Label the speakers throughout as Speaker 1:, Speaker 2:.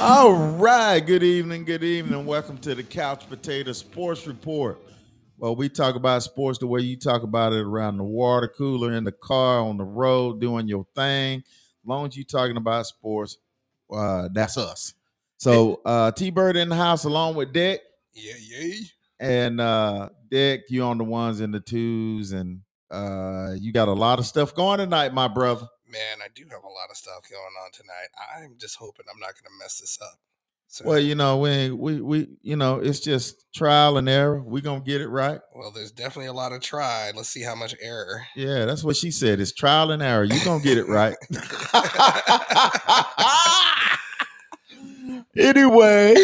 Speaker 1: All right. Good evening. Good evening. Welcome to the Couch Potato Sports Report. Well, we talk about sports the way you talk about it around the water cooler, in the car, on the road, doing your thing. As long as you're talking about sports, uh, that's us. So uh, T Bird in the house along with Dick.
Speaker 2: Yeah, yeah.
Speaker 1: And uh Dick, you on the ones and the twos, and uh you got a lot of stuff going tonight, my brother.
Speaker 2: Man, I do have a lot of stuff going on tonight. I'm just hoping I'm not going to mess this up. So,
Speaker 1: Well, you know, we ain't- we we you know, it's just trial and error. We gonna get it right.
Speaker 2: well, there's definitely a lot of try. Let's see how much error.
Speaker 1: Yeah, that's what she said. It's trial and error. You gonna get it right. anyway,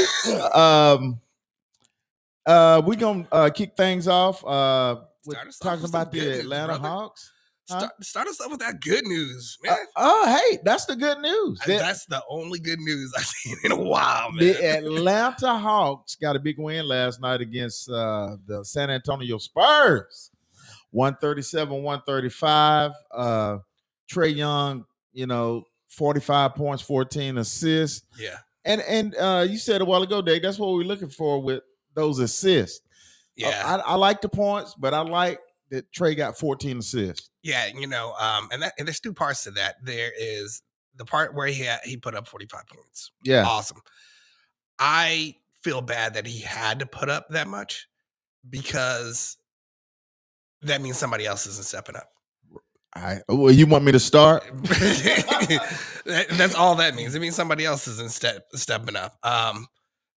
Speaker 1: um, uh, we gonna uh, kick things off uh with
Speaker 2: Start us off
Speaker 1: talking
Speaker 2: with some
Speaker 1: about the
Speaker 2: good news,
Speaker 1: Atlanta
Speaker 2: brother.
Speaker 1: Hawks. Huh?
Speaker 2: Start, start us up with that good news, man.
Speaker 1: Uh, oh, hey, that's the good news.
Speaker 2: I-
Speaker 1: The-
Speaker 2: Uh, That's the only good news I've seen in a while, man.
Speaker 1: the Atlanta Hawks got a big win last night against uh, the San Antonio Spurs. 137, 135. Uh, Trey Young, you know, 45 points, 14 assists.
Speaker 2: Yeah,
Speaker 1: And and uh, you said a while ago, Dave, that's what we're looking for with those assists. Uh,
Speaker 2: yeah,
Speaker 1: I, I like the points, but I like that Trey got 14 assists.
Speaker 2: yeah. You know, um, and that and there's two parts to that. There is the part where he had, he put up 45 points.
Speaker 1: Yeah.
Speaker 2: awesome. I feel bad that he had to put up that much because that means somebody else isn't stepping up.
Speaker 1: I, well, you want me to start?
Speaker 2: That- that's all that means. It means somebody else isn't step, stepping up. Um,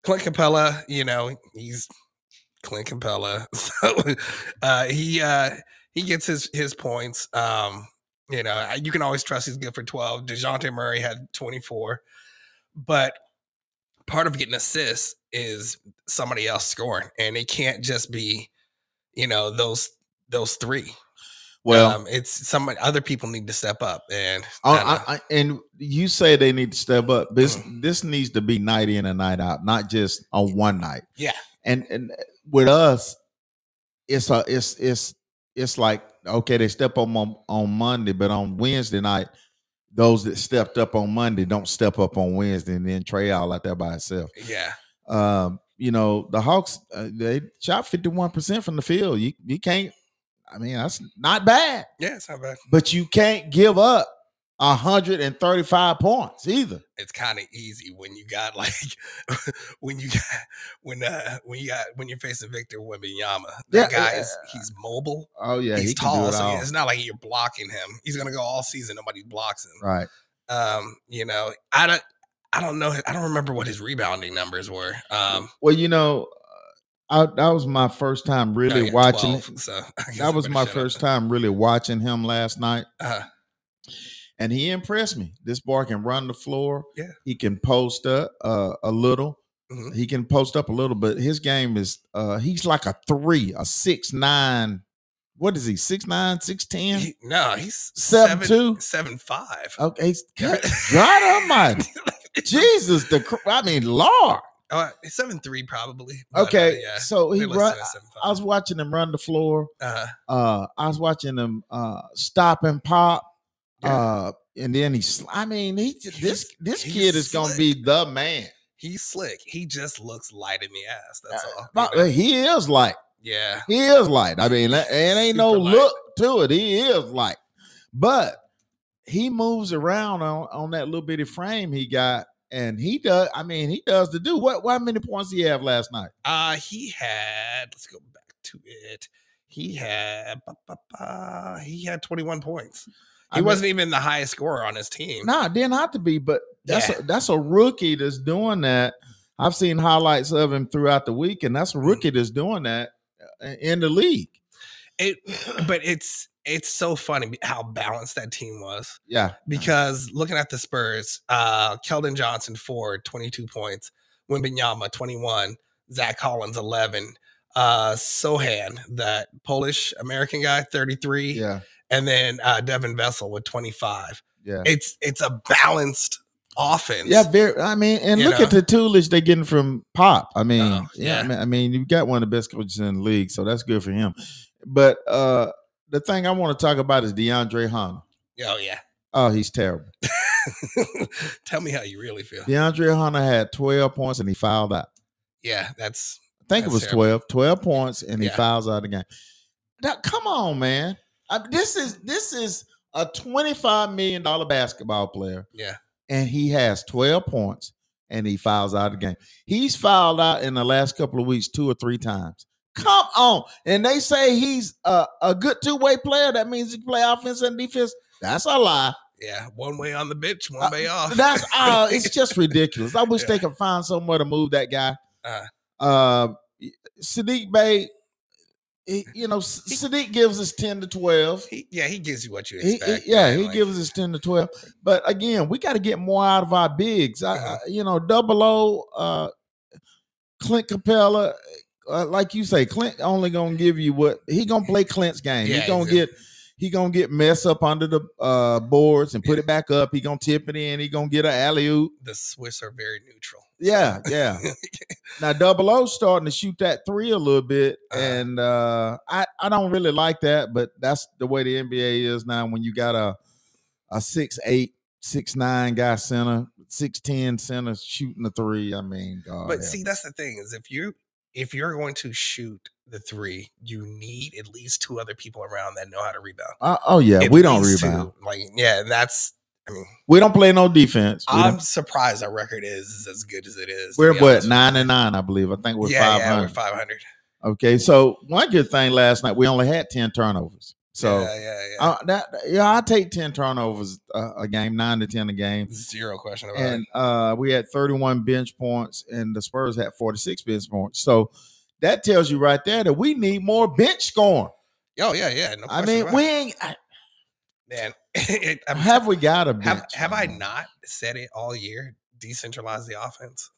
Speaker 2: Clint Capella, you know, he's Clint Capella. So uh, he uh, he gets his his points. Um, you know, I- you can always trust he's good for twelve. Dejounte Murray had twenty four, but part of getting assists is somebody else scoring, and it can't just be, you know, those those three.
Speaker 1: Well,
Speaker 2: um, it's somebody other people need to step up, and
Speaker 1: I,
Speaker 2: dunno.
Speaker 1: I, I, and you say they need to step up. This this needs to be night in and night out, not just on one night.
Speaker 2: Mm. Yeah.
Speaker 1: And and with us, it's a it's it's it's like okay, they step up on on Monday, but on Wednesday night, those that stepped up on Monday don't step up on Wednesday, and then Trey out out there by himself.
Speaker 2: Yeah,
Speaker 1: Um, you know the Hawks uh, they shot fifty one percent from the field. You you can't. I mean that's not bad
Speaker 2: yeah, it's not bad.
Speaker 1: but you can't give up 135 points either.
Speaker 2: It's kind of easy when you got like when you got when uh when you got when you're facing Victor Wembanyama. That
Speaker 1: Yeah,
Speaker 2: guy
Speaker 1: yeah.
Speaker 2: is he's mobile.
Speaker 1: Oh yeah,
Speaker 2: he's
Speaker 1: he can do
Speaker 2: tall,
Speaker 1: it
Speaker 2: so
Speaker 1: all.
Speaker 2: it's not like you're blocking him. He's gonna go all season. Nobody blocks him.
Speaker 1: Right.
Speaker 2: Um, you know, I don't. I don't know. I don't remember what his rebounding numbers were. Um,
Speaker 1: Well, you know, uh, I, that was my first time
Speaker 2: no,
Speaker 1: really
Speaker 2: he had
Speaker 1: watching.
Speaker 2: 12, so I guess I
Speaker 1: That was
Speaker 2: better
Speaker 1: my
Speaker 2: shut up.
Speaker 1: first time really watching him last night,
Speaker 2: Uh,
Speaker 1: and he impressed me. This boy can run the floor.
Speaker 2: Yeah.
Speaker 1: He can post up uh, a little.
Speaker 2: Mhm.
Speaker 1: He can post up a little, but his game is uh he's like a three, a six nine. What is he? Six nine, six ten?
Speaker 2: he- no, he's
Speaker 1: Seven two?
Speaker 2: seven five.
Speaker 1: Okay, he's- God, God Almighty. Jesus, the cr- I mean, Lord.
Speaker 2: Uh, seven three probably. but, uh,
Speaker 1: Okay,
Speaker 2: yeah.
Speaker 1: so he
Speaker 2: They listed
Speaker 1: run.
Speaker 2: it as 7'5".
Speaker 1: I was watching him run the floor.
Speaker 2: uh,
Speaker 1: Uh, I was watching him uh, stop and pop.
Speaker 2: Yeah.
Speaker 1: Uh, and then he. Sl- I mean, he j- this
Speaker 2: He's-
Speaker 1: this
Speaker 2: he's
Speaker 1: kid is going to be the man.
Speaker 2: he's slick. He just looks light in the ass. That's all. you
Speaker 1: But
Speaker 2: know?
Speaker 1: he is Uh, like
Speaker 2: yeah.
Speaker 1: he is light. I mean, that- it ain't no
Speaker 2: Super light.
Speaker 1: look to it. He is light, but he moves around on on that little bitty frame he got, and he does. I mean, he does the do. What? How many points he have last night?
Speaker 2: Uh he had let's go back to it. He had ba, ba, ba, he had 21 points. He
Speaker 1: I mean-
Speaker 2: wasn't even the highest scorer on his team.
Speaker 1: No, it didn't have to be, but that's
Speaker 2: Yeah.
Speaker 1: a, that's a rookie that's doing that. I've seen highlights of him throughout the week, and that's a
Speaker 2: Mm-hmm.
Speaker 1: rookie that's doing that uh, in the league.
Speaker 2: It but it's it's so funny how balanced that team was.
Speaker 1: Yeah,
Speaker 2: because looking at the Spurs, uh, Keldon Johnson Ford, 22 points, Wimbenyama 21, Zach Collins 11, uh, Sohan, that Polish American guy, 33,
Speaker 1: yeah,
Speaker 2: and then uh, Devin Vessel with 25.
Speaker 1: yeah,
Speaker 2: It's it's a balanced offense.
Speaker 1: yeah. Very. I mean, and
Speaker 2: You
Speaker 1: look at the tutelage they're getting from Pop. I mean,
Speaker 2: Oh,
Speaker 1: yeah,
Speaker 2: yeah.
Speaker 1: I mean, I mean, you've got one of the best coaches in the league, so that's good for him. But uh the thing I want to talk about is DeAndre Hunter.
Speaker 2: Oh yeah.
Speaker 1: Oh, he's terrible.
Speaker 2: Tell me how you really feel. Yeah,
Speaker 1: DeAndre Hunter had 12 points and he fouled out.
Speaker 2: that's
Speaker 1: I think it
Speaker 2: That's
Speaker 1: was
Speaker 2: terrible.
Speaker 1: 12. 12 points and he
Speaker 2: Yeah.
Speaker 1: fouls out of the game. Now, come on, man. I- this is this is a $25 million basketball player.
Speaker 2: yeah.
Speaker 1: and he has 12 points and he fouls out of the game. He's fouled out in the last couple of weeks two or three times. Come on. And they say he's a, a good two way player. That means he can play offense and defense. That's a lie.
Speaker 2: Yeah, one way on the bitch, one
Speaker 1: Uh,
Speaker 2: way off.
Speaker 1: That's uh it's just ridiculous. I wish they
Speaker 2: Yeah.
Speaker 1: could find somewhere to move that guy.
Speaker 2: Uh.
Speaker 1: Uh, Sadiq Bay, he- you know, S- Sadiq gives us 10 to 12.
Speaker 2: He, yeah, he gives you what you
Speaker 1: He- he-
Speaker 2: expect.
Speaker 1: yeah,
Speaker 2: man,
Speaker 1: he
Speaker 2: like,
Speaker 1: gives us ten to twelve. But again, we got to get more out of our bigs. I,
Speaker 2: Uh-huh.
Speaker 1: I- you know, double O, uh, Clint Capella, uh, like you say, Clint only gonna give you what he gonna play Clint's game.
Speaker 2: Yeah,
Speaker 1: he gonna
Speaker 2: exactly.
Speaker 1: get he gonna get mess up under the uh, boards and put
Speaker 2: Yeah.
Speaker 1: it back up. He gonna tip it in. He gonna get an alley oop.
Speaker 2: the Swiss are very neutral.
Speaker 1: Yeah, yeah. now double O starting to shoot that three a little bit,
Speaker 2: Uh-huh.
Speaker 1: and uh, I I don't really like that, but that's the way the NBA is now. When you got a a six eight, six nine guy center, six ten center shooting the three, I mean, God,
Speaker 2: but
Speaker 1: help
Speaker 2: see, that's the thing is if you if you're going to shoot the three, you need at least two other people around that know how to rebound.
Speaker 1: me. Uh, oh yeah,
Speaker 2: At
Speaker 1: we don't
Speaker 2: least
Speaker 1: rebound.
Speaker 2: two. Like yeah, and that's I mean,
Speaker 1: We don't play no defense. We
Speaker 2: I'm
Speaker 1: don't,
Speaker 2: surprised our record is, is as good as it is. to
Speaker 1: we're
Speaker 2: be
Speaker 1: what
Speaker 2: honest with
Speaker 1: nine and nine, I believe. I think
Speaker 2: you.
Speaker 1: we're
Speaker 2: yeah,
Speaker 1: five
Speaker 2: yeah, we're
Speaker 1: hundred.
Speaker 2: 500.
Speaker 1: okay, so one good thing last night we only had ten turnovers. So.
Speaker 2: yeah, yeah, yeah.
Speaker 1: Uh, that yeah, I take ten turnovers a, a game, nine to ten a game,
Speaker 2: Zero question about
Speaker 1: and
Speaker 2: it.
Speaker 1: uh, we had thirty-one bench points, and the Spurs had forty-six bench points. So that tells you right there that we need more bench scoring.
Speaker 2: Oh yeah, yeah. No
Speaker 1: I
Speaker 2: question
Speaker 1: mean,
Speaker 2: about
Speaker 1: we
Speaker 2: it.
Speaker 1: ain't, I-
Speaker 2: man, it- I'm-
Speaker 1: have we got a bench?
Speaker 2: have have I
Speaker 1: scorer?
Speaker 2: not said it all year? Decentralize the offense.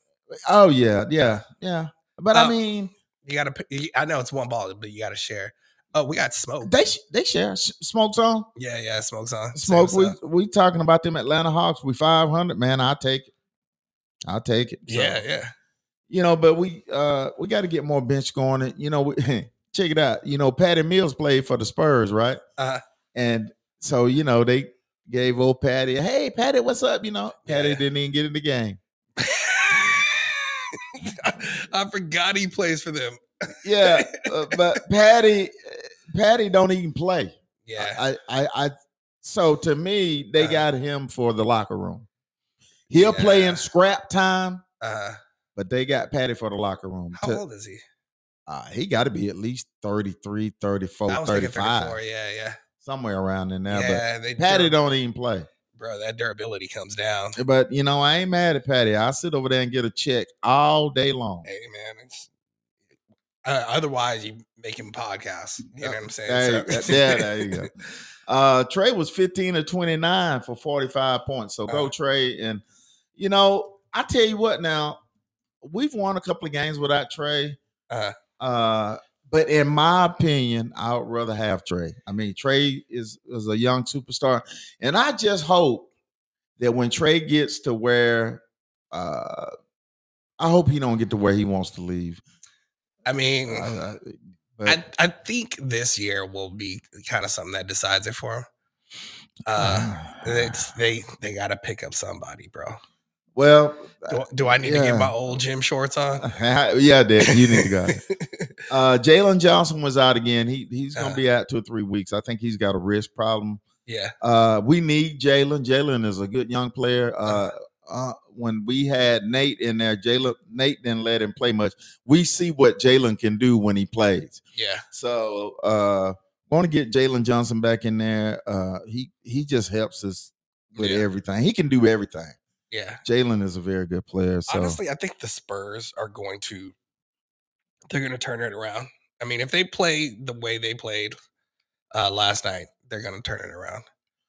Speaker 1: Oh yeah, yeah, yeah. But I
Speaker 2: Uh,
Speaker 1: mean,
Speaker 2: You got to. I know it's one ball, but you got to share. Oh, we got smoke.
Speaker 1: they sh- they share S- smokes on
Speaker 2: Yeah, yeah, smoke's on. Say
Speaker 1: smoke.
Speaker 2: what's
Speaker 1: We
Speaker 2: up.
Speaker 1: we talking about them Atlanta Hawks. We five hundred man. I take it. I take it. So-
Speaker 2: Yeah, yeah.
Speaker 1: you know, but we uh we got to get more bench going. And, you know, we, check it out. You know, Patty Mills played for the Spurs, right?
Speaker 2: Uh,
Speaker 1: And so you know they gave old Patty, hey Patty, what's up? You know, Patty
Speaker 2: Yeah.
Speaker 1: didn't even get in the game.
Speaker 2: I forgot he plays for them.
Speaker 1: Yeah, uh, but Patty, Patty don't even play.
Speaker 2: Yeah,
Speaker 1: I, I, I. So to me, they
Speaker 2: Uh-huh.
Speaker 1: got him for the locker room. He'll play
Speaker 2: Yeah.
Speaker 1: in scrap time,
Speaker 2: uh,
Speaker 1: but they got Patty for the locker room.
Speaker 2: how
Speaker 1: To-
Speaker 2: old is he?
Speaker 1: uh, he got to be at least 33, 34,
Speaker 2: I was thinking
Speaker 1: 35.
Speaker 2: thirty-four. Yeah, yeah,
Speaker 1: somewhere around in there.
Speaker 2: yeah. they
Speaker 1: But Patty
Speaker 2: dur-
Speaker 1: don't even play.
Speaker 2: bro. That durability comes down.
Speaker 1: But you know, I ain't mad at Patty. I sit over there and get a check all day long.
Speaker 2: Hey, man, it's. Uh, otherwise, you making podcasts. You know what I'm saying?
Speaker 1: There you- yeah, there you go. Uh Trey was 15 to 29 for 45 points. So go
Speaker 2: Uh-huh.
Speaker 1: Trey. And you know, I tell you what now, we've won a couple of games without Trey.
Speaker 2: Uh-huh.
Speaker 1: Uh but in my opinion, I would rather have Trey. I mean, Trey is is a young superstar, and I just hope that when Trey gets to where, uh, I hope he don't get to where he wants to leave.
Speaker 2: I mean,
Speaker 1: Uh, but
Speaker 2: Mm. I, I think this year will be kind of something that decides it for him. Uh, it's, they they got to pick up somebody, bro.
Speaker 1: well,
Speaker 2: Do, do I need to
Speaker 1: yeah.
Speaker 2: get my old gym shorts on?
Speaker 1: yeah, Dad, you need to go. Uh, Jalen Johnson was out again. He he's gonna
Speaker 2: Uh.
Speaker 1: be out two or three weeks. I think he's got a wrist problem.
Speaker 2: yeah,
Speaker 1: Uh, we need Jalen. Jalen is a good young player. Uh, uh, when we had Nate in there, Jalen Nate didn't let him play much. We see what Jalen can do when he plays.
Speaker 2: yeah,
Speaker 1: So uh, want to get Jalen Johnson back in there. Uh, he he just helps us with
Speaker 2: yeah.
Speaker 1: everything. He can do everything.
Speaker 2: yeah.
Speaker 1: Jalen is a very good player. So
Speaker 2: Honestly, I think the Spurs are going to they're going to turn it around. I mean, if they play the way they played uh, last night, they're going to turn it around.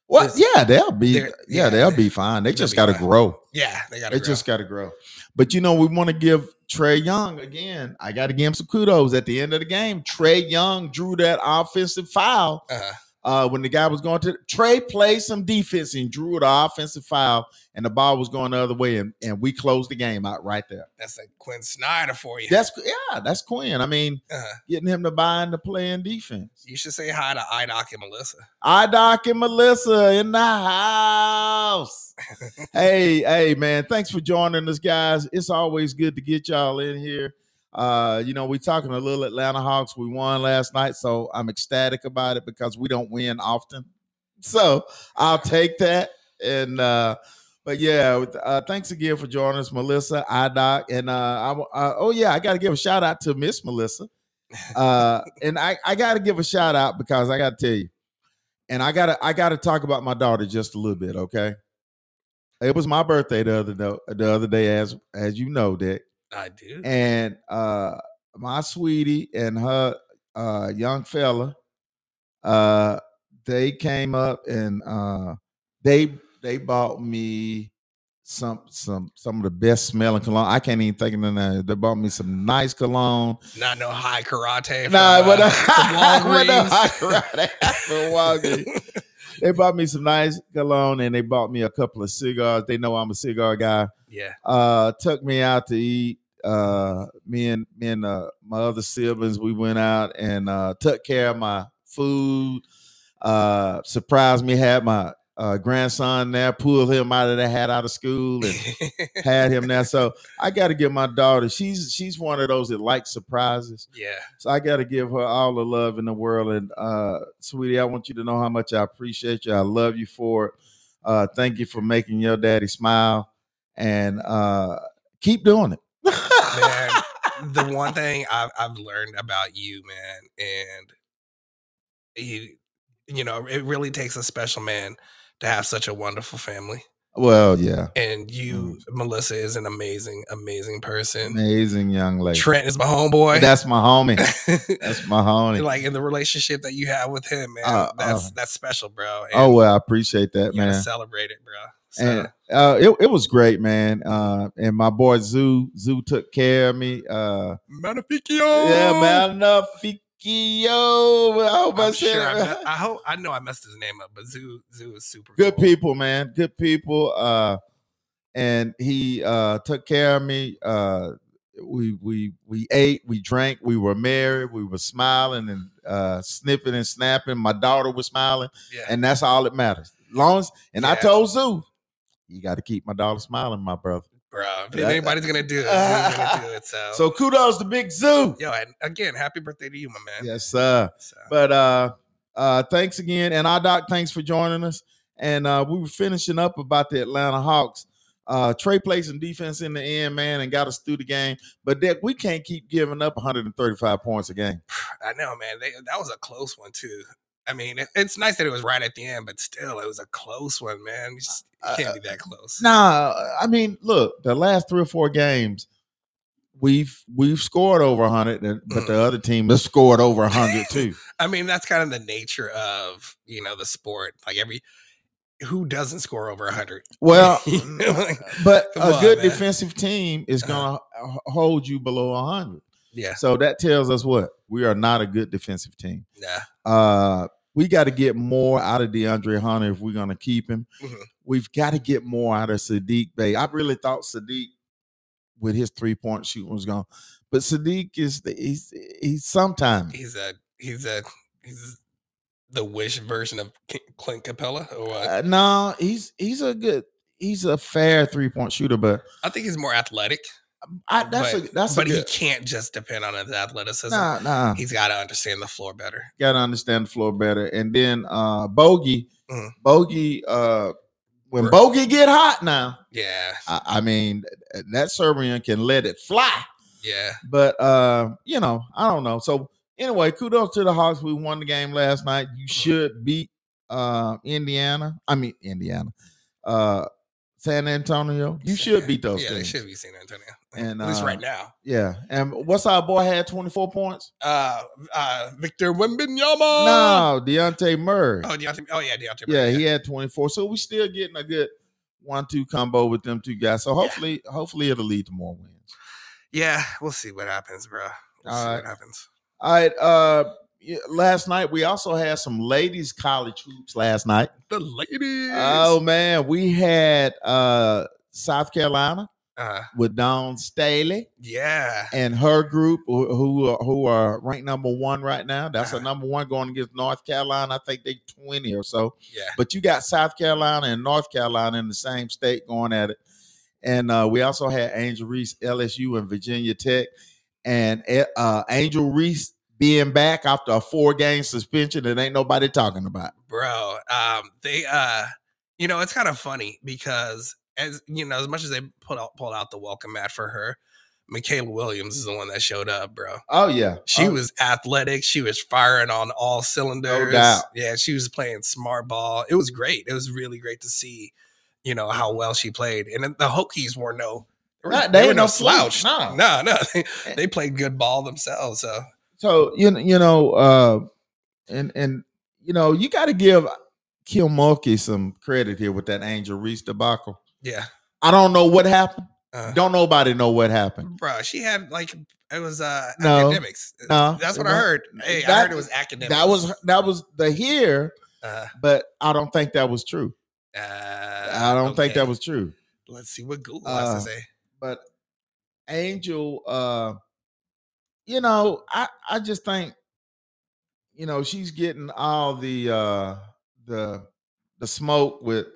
Speaker 1: well,
Speaker 2: this-
Speaker 1: yeah, they'll be yeah,
Speaker 2: they're- yeah,
Speaker 1: they'll
Speaker 2: they-
Speaker 1: be fine. They
Speaker 2: they'll
Speaker 1: just
Speaker 2: be
Speaker 1: got to
Speaker 2: fine.
Speaker 1: grow.
Speaker 2: Yeah, they got
Speaker 1: They
Speaker 2: to
Speaker 1: just got to grow. But you know, we want to give Trey Young again. I got to give him some kudos at the end of the game. Trey Young drew that offensive foul
Speaker 2: Uh,
Speaker 1: Uh, when the guy was going to Trey played some defense and drew the offensive foul, and the ball was going the other way, and, and we closed the game out right there.
Speaker 2: That's like Quinn Snyder for you.
Speaker 1: That's yeah, that's Quinn. I mean,
Speaker 2: Uh,
Speaker 1: getting him to buy into playing defense.
Speaker 2: you should say hi to IDOC and Melissa.
Speaker 1: I Doc and Melissa in the house. hey, hey, man. Thanks for joining us, guys. It's always good to get y'all in here. Uh, you know, we talking a little Atlanta Hawks. We won last night, so I'm ecstatic about it because we don't win often. So I'll take that. And uh, but yeah, with- uh, thanks again for joining us, Melissa, I Doc, and uh, I, wa- uh, oh yeah, I got to give a shout out to Miss Melissa. Uh, and I, I got to give a shout out because I got to tell you and I gotta I gotta talk about my daughter just a little bit, okay? It was my birthday the other no- the other day, as as you know, Dick.
Speaker 2: I do.
Speaker 1: And uh my sweetie and her uh young fella, uh they came up and uh they they bought me some some some of the best smelling cologne. I can't even think of the name. They bought me some nice cologne.
Speaker 2: Not no high karate. from,
Speaker 1: Nah, but
Speaker 2: uh,
Speaker 1: uh,
Speaker 2: from
Speaker 1: but no,
Speaker 2: Walgreens.
Speaker 1: I cried after Walgreens they bought me some nice cologne and they bought me a couple of cigars. They know I'm a cigar guy.
Speaker 2: yeah.
Speaker 1: Uh, took me out to eat. Uh, me and me and uh, my other siblings, we went out and uh, took care of my food. Uh, surprised me. Had my uh, grandson there. Pulled him out of the hat out of school and had him there. So I got to give my daughter. She's she's one of those that likes surprises.
Speaker 2: yeah.
Speaker 1: So I got to give her all the love in the world. And uh, sweetie, I want you to know how much I appreciate you. I love you for it. Uh, thank you for making your daddy smile, and uh, keep doing it.
Speaker 2: man, the one thing I've, I've learned about you, man, and you, you know, it really takes a special man to have such a wonderful family.
Speaker 1: well, yeah,
Speaker 2: And you,
Speaker 1: Mm.
Speaker 2: Melissa, is an amazing, amazing person.
Speaker 1: amazing young lady.
Speaker 2: Trent is my homeboy.
Speaker 1: That's my homie. That's my homie.
Speaker 2: like in the relationship that you have with him, man.
Speaker 1: Uh,
Speaker 2: that's
Speaker 1: uh.
Speaker 2: that's special, bro. And
Speaker 1: oh well, I appreciate that,
Speaker 2: you gotta
Speaker 1: man.
Speaker 2: celebrate it, bro. So,
Speaker 1: And uh, it, it was great, man. Uh, and my boy Zoo Zoo took care of me. Uh,
Speaker 2: Magnificio!
Speaker 1: yeah, man. I hope I
Speaker 2: I'm
Speaker 1: said
Speaker 2: sure I,
Speaker 1: it
Speaker 2: me-
Speaker 1: right.
Speaker 2: I hope I know I messed his name up, but Zoo Zoo is super
Speaker 1: good
Speaker 2: cool.
Speaker 1: people man good people uh and he uh took care of me uh we we we ate we drank we were merry we were smiling and uh snipping and snapping my daughter was smiling
Speaker 2: Yeah.
Speaker 1: and that's all that matters long as and i
Speaker 2: Yeah.
Speaker 1: told zoo you got to keep my daughter smiling my brother
Speaker 2: bro. If
Speaker 1: Yeah.
Speaker 2: anybody's gonna do it, Zoo's gonna do it. So,
Speaker 1: so kudos to big zoo
Speaker 2: yo, and again, happy birthday to you, my man.
Speaker 1: yes sir
Speaker 2: So,
Speaker 1: But uh uh thanks again. And our doc, thanks for joining us. And uh we were finishing up about the Atlanta Hawks. Uh Trey played some defense in the end, man, and got us through the game. But Dick, we can't keep giving up 135 points a game.
Speaker 2: I know, man. They, that was a close one too. I mean, it, it's nice that it was right at the end, but still, it was a close one, man. You just you can't be that close.
Speaker 1: Uh, Nah, I mean, look, the last three or four games, we've we've scored over 100, and- but the other team has scored over 100 too.
Speaker 2: I mean, that's kind of the nature of you know the sport. Like every who doesn't score over hundred.
Speaker 1: Well, mm, uh, but
Speaker 2: Come
Speaker 1: a
Speaker 2: on,
Speaker 1: good
Speaker 2: man. Uh-huh.
Speaker 1: defensive team is going to hold you below 100.
Speaker 2: yeah,
Speaker 1: So that tells us what we are not a good defensive team.
Speaker 2: nah.
Speaker 1: Uh, we got to get more out of DeAndre Hunter if we're going to keep him.
Speaker 2: Mhm.
Speaker 1: We've got to get more out of Sadiq Bay. I really thought Sadiq with his three point shooting was gone, but Sadiq is he's he's sometimes
Speaker 2: He's a he's a he's the wish version of K- Clint Capella. Or what?
Speaker 1: uh, no he's he's a good he's a fair three point shooter, but
Speaker 2: I think he's more athletic.
Speaker 1: I, that's
Speaker 2: but,
Speaker 1: a that's
Speaker 2: but
Speaker 1: a
Speaker 2: he
Speaker 1: good,
Speaker 2: can't just depend on his athleticism.
Speaker 1: nah nah.
Speaker 2: He's got to understand the floor better.
Speaker 1: got to understand the floor better. And then uh Bogey,
Speaker 2: Mhm.
Speaker 1: Bogey, uh when
Speaker 2: Right.
Speaker 1: Bogey get hot now,
Speaker 2: Yeah,
Speaker 1: I, I mean that Serbian can let it fly.
Speaker 2: yeah.
Speaker 1: But uh, you know, I don't know. So anyway, kudos to the Hawks. We won the game last night.
Speaker 2: Mm-hmm.
Speaker 1: You should beat uh Indiana. I mean Indiana. Uh San Antonio. You should beat those
Speaker 2: yeah,
Speaker 1: teams.
Speaker 2: they should be San Antonio.
Speaker 1: And,
Speaker 2: At least
Speaker 1: uh,
Speaker 2: right now.
Speaker 1: Yeah. And what's our boy had 24 points?
Speaker 2: Uh, uh, Victor Wembanyama.
Speaker 1: no, Deontay Murray.
Speaker 2: Oh, Deontay, oh yeah, Deontay.
Speaker 1: yeah,
Speaker 2: Murray,
Speaker 1: he had 24. So we still getting a good one-two combo with them two guys. So hopefully, hopefully it'll lead to more wins.
Speaker 2: yeah. We'll see what happens, bro. We'll see
Speaker 1: All right.
Speaker 2: what happens.
Speaker 1: All right. Uh yeah, last night we also had some ladies college hoops last night.
Speaker 2: The ladies.
Speaker 1: Oh man, we had uh South Carolina
Speaker 2: Uh,
Speaker 1: with Dawn Staley
Speaker 2: yeah.
Speaker 1: and her group who who are, who are ranked number 1 right now. That's a
Speaker 2: Uh-huh.
Speaker 1: number 1 going against North Carolina. I think they 20 or so.
Speaker 2: Yeah.
Speaker 1: But you got South Carolina and North Carolina in the same state going at it. And uh, we also had Angel Reese, LSU, and Virginia Tech. And uh, Angel Reese being back after a four game suspension that ain't nobody talking about.
Speaker 2: bro um they uh you know it's kind of funny because as you know as much as they put out pulled out the welcome mat for her michaela williams is the one that showed up bro
Speaker 1: Oh, yeah.
Speaker 2: she
Speaker 1: Oh,
Speaker 2: was athletic she was firing on all cylinders
Speaker 1: doubt.
Speaker 2: yeah she was playing smart ball it was great it was really great to see you know how well she played and then the hokies were no were-
Speaker 1: Nah,
Speaker 2: they,
Speaker 1: they
Speaker 2: were
Speaker 1: ain't
Speaker 2: no
Speaker 1: no fluke,
Speaker 2: slouch
Speaker 1: nah. Eh.
Speaker 2: no no, They, they played good ball themselves so
Speaker 1: So, you, kn- you know, uh, and, and, you know, you got to give Kim Mulkey some credit here with that Angel Reese debacle.
Speaker 2: yeah
Speaker 1: I don't know what happened.
Speaker 2: uh,
Speaker 1: Don't nobody know what happened.
Speaker 2: bro she had like it was uh
Speaker 1: No.
Speaker 2: academics uh,
Speaker 1: No,
Speaker 2: That's
Speaker 1: it
Speaker 2: what I
Speaker 1: wasn't.
Speaker 2: heard. Hey, I
Speaker 1: That-
Speaker 2: heard it was academic.
Speaker 1: That was that was the here,
Speaker 2: Uh,
Speaker 1: but I don't think that was true.
Speaker 2: uh,
Speaker 1: I don't think
Speaker 2: okay.
Speaker 1: that was uh, true.
Speaker 2: Let's see what Google has to say.
Speaker 1: But Angel, uh, you know, I I just think, you know, she's getting all the uh the the smoke with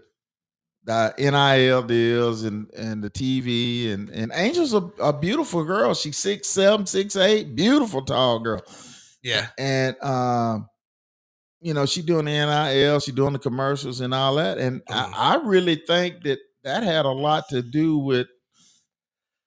Speaker 1: the NIL deals and and the TV and and Angel's a, a beautiful girl. She's six seven, six eight, beautiful tall girl.
Speaker 2: Yeah,
Speaker 1: and um you know she doing the nil she doing the commercials and all that and
Speaker 2: Mhm.
Speaker 1: I, I really think that that had a lot to do with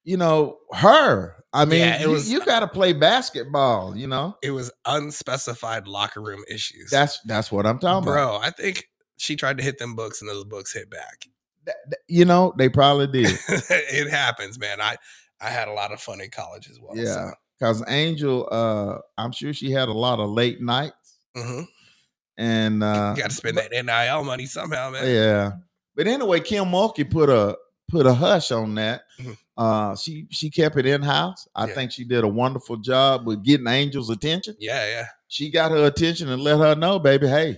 Speaker 1: you know her i mean
Speaker 2: Yeah, it
Speaker 1: you,
Speaker 2: was-
Speaker 1: you got to play basketball you know
Speaker 2: it was unspecified locker room issues.
Speaker 1: that's that's what i'm talking about
Speaker 2: bro. I think she tried to hit them books, and those books hit back.
Speaker 1: Th- th- you know they probably did
Speaker 2: it happens, man. I I had a lot of fun in college as well. so,
Speaker 1: yeah because angel uh i'm sure she had a lot of late nights
Speaker 2: mhm.
Speaker 1: and uh
Speaker 2: you got to spend that nil money somehow, man.
Speaker 1: Yeah. But anyway, Kim Mulkey put a put a hush on that.
Speaker 2: Mhm.
Speaker 1: Uh she she kept it in house. I
Speaker 2: Yeah.
Speaker 1: think she did a wonderful job with getting Angel's attention.
Speaker 2: Yeah, yeah,
Speaker 1: She got her attention and let her know, baby, hey,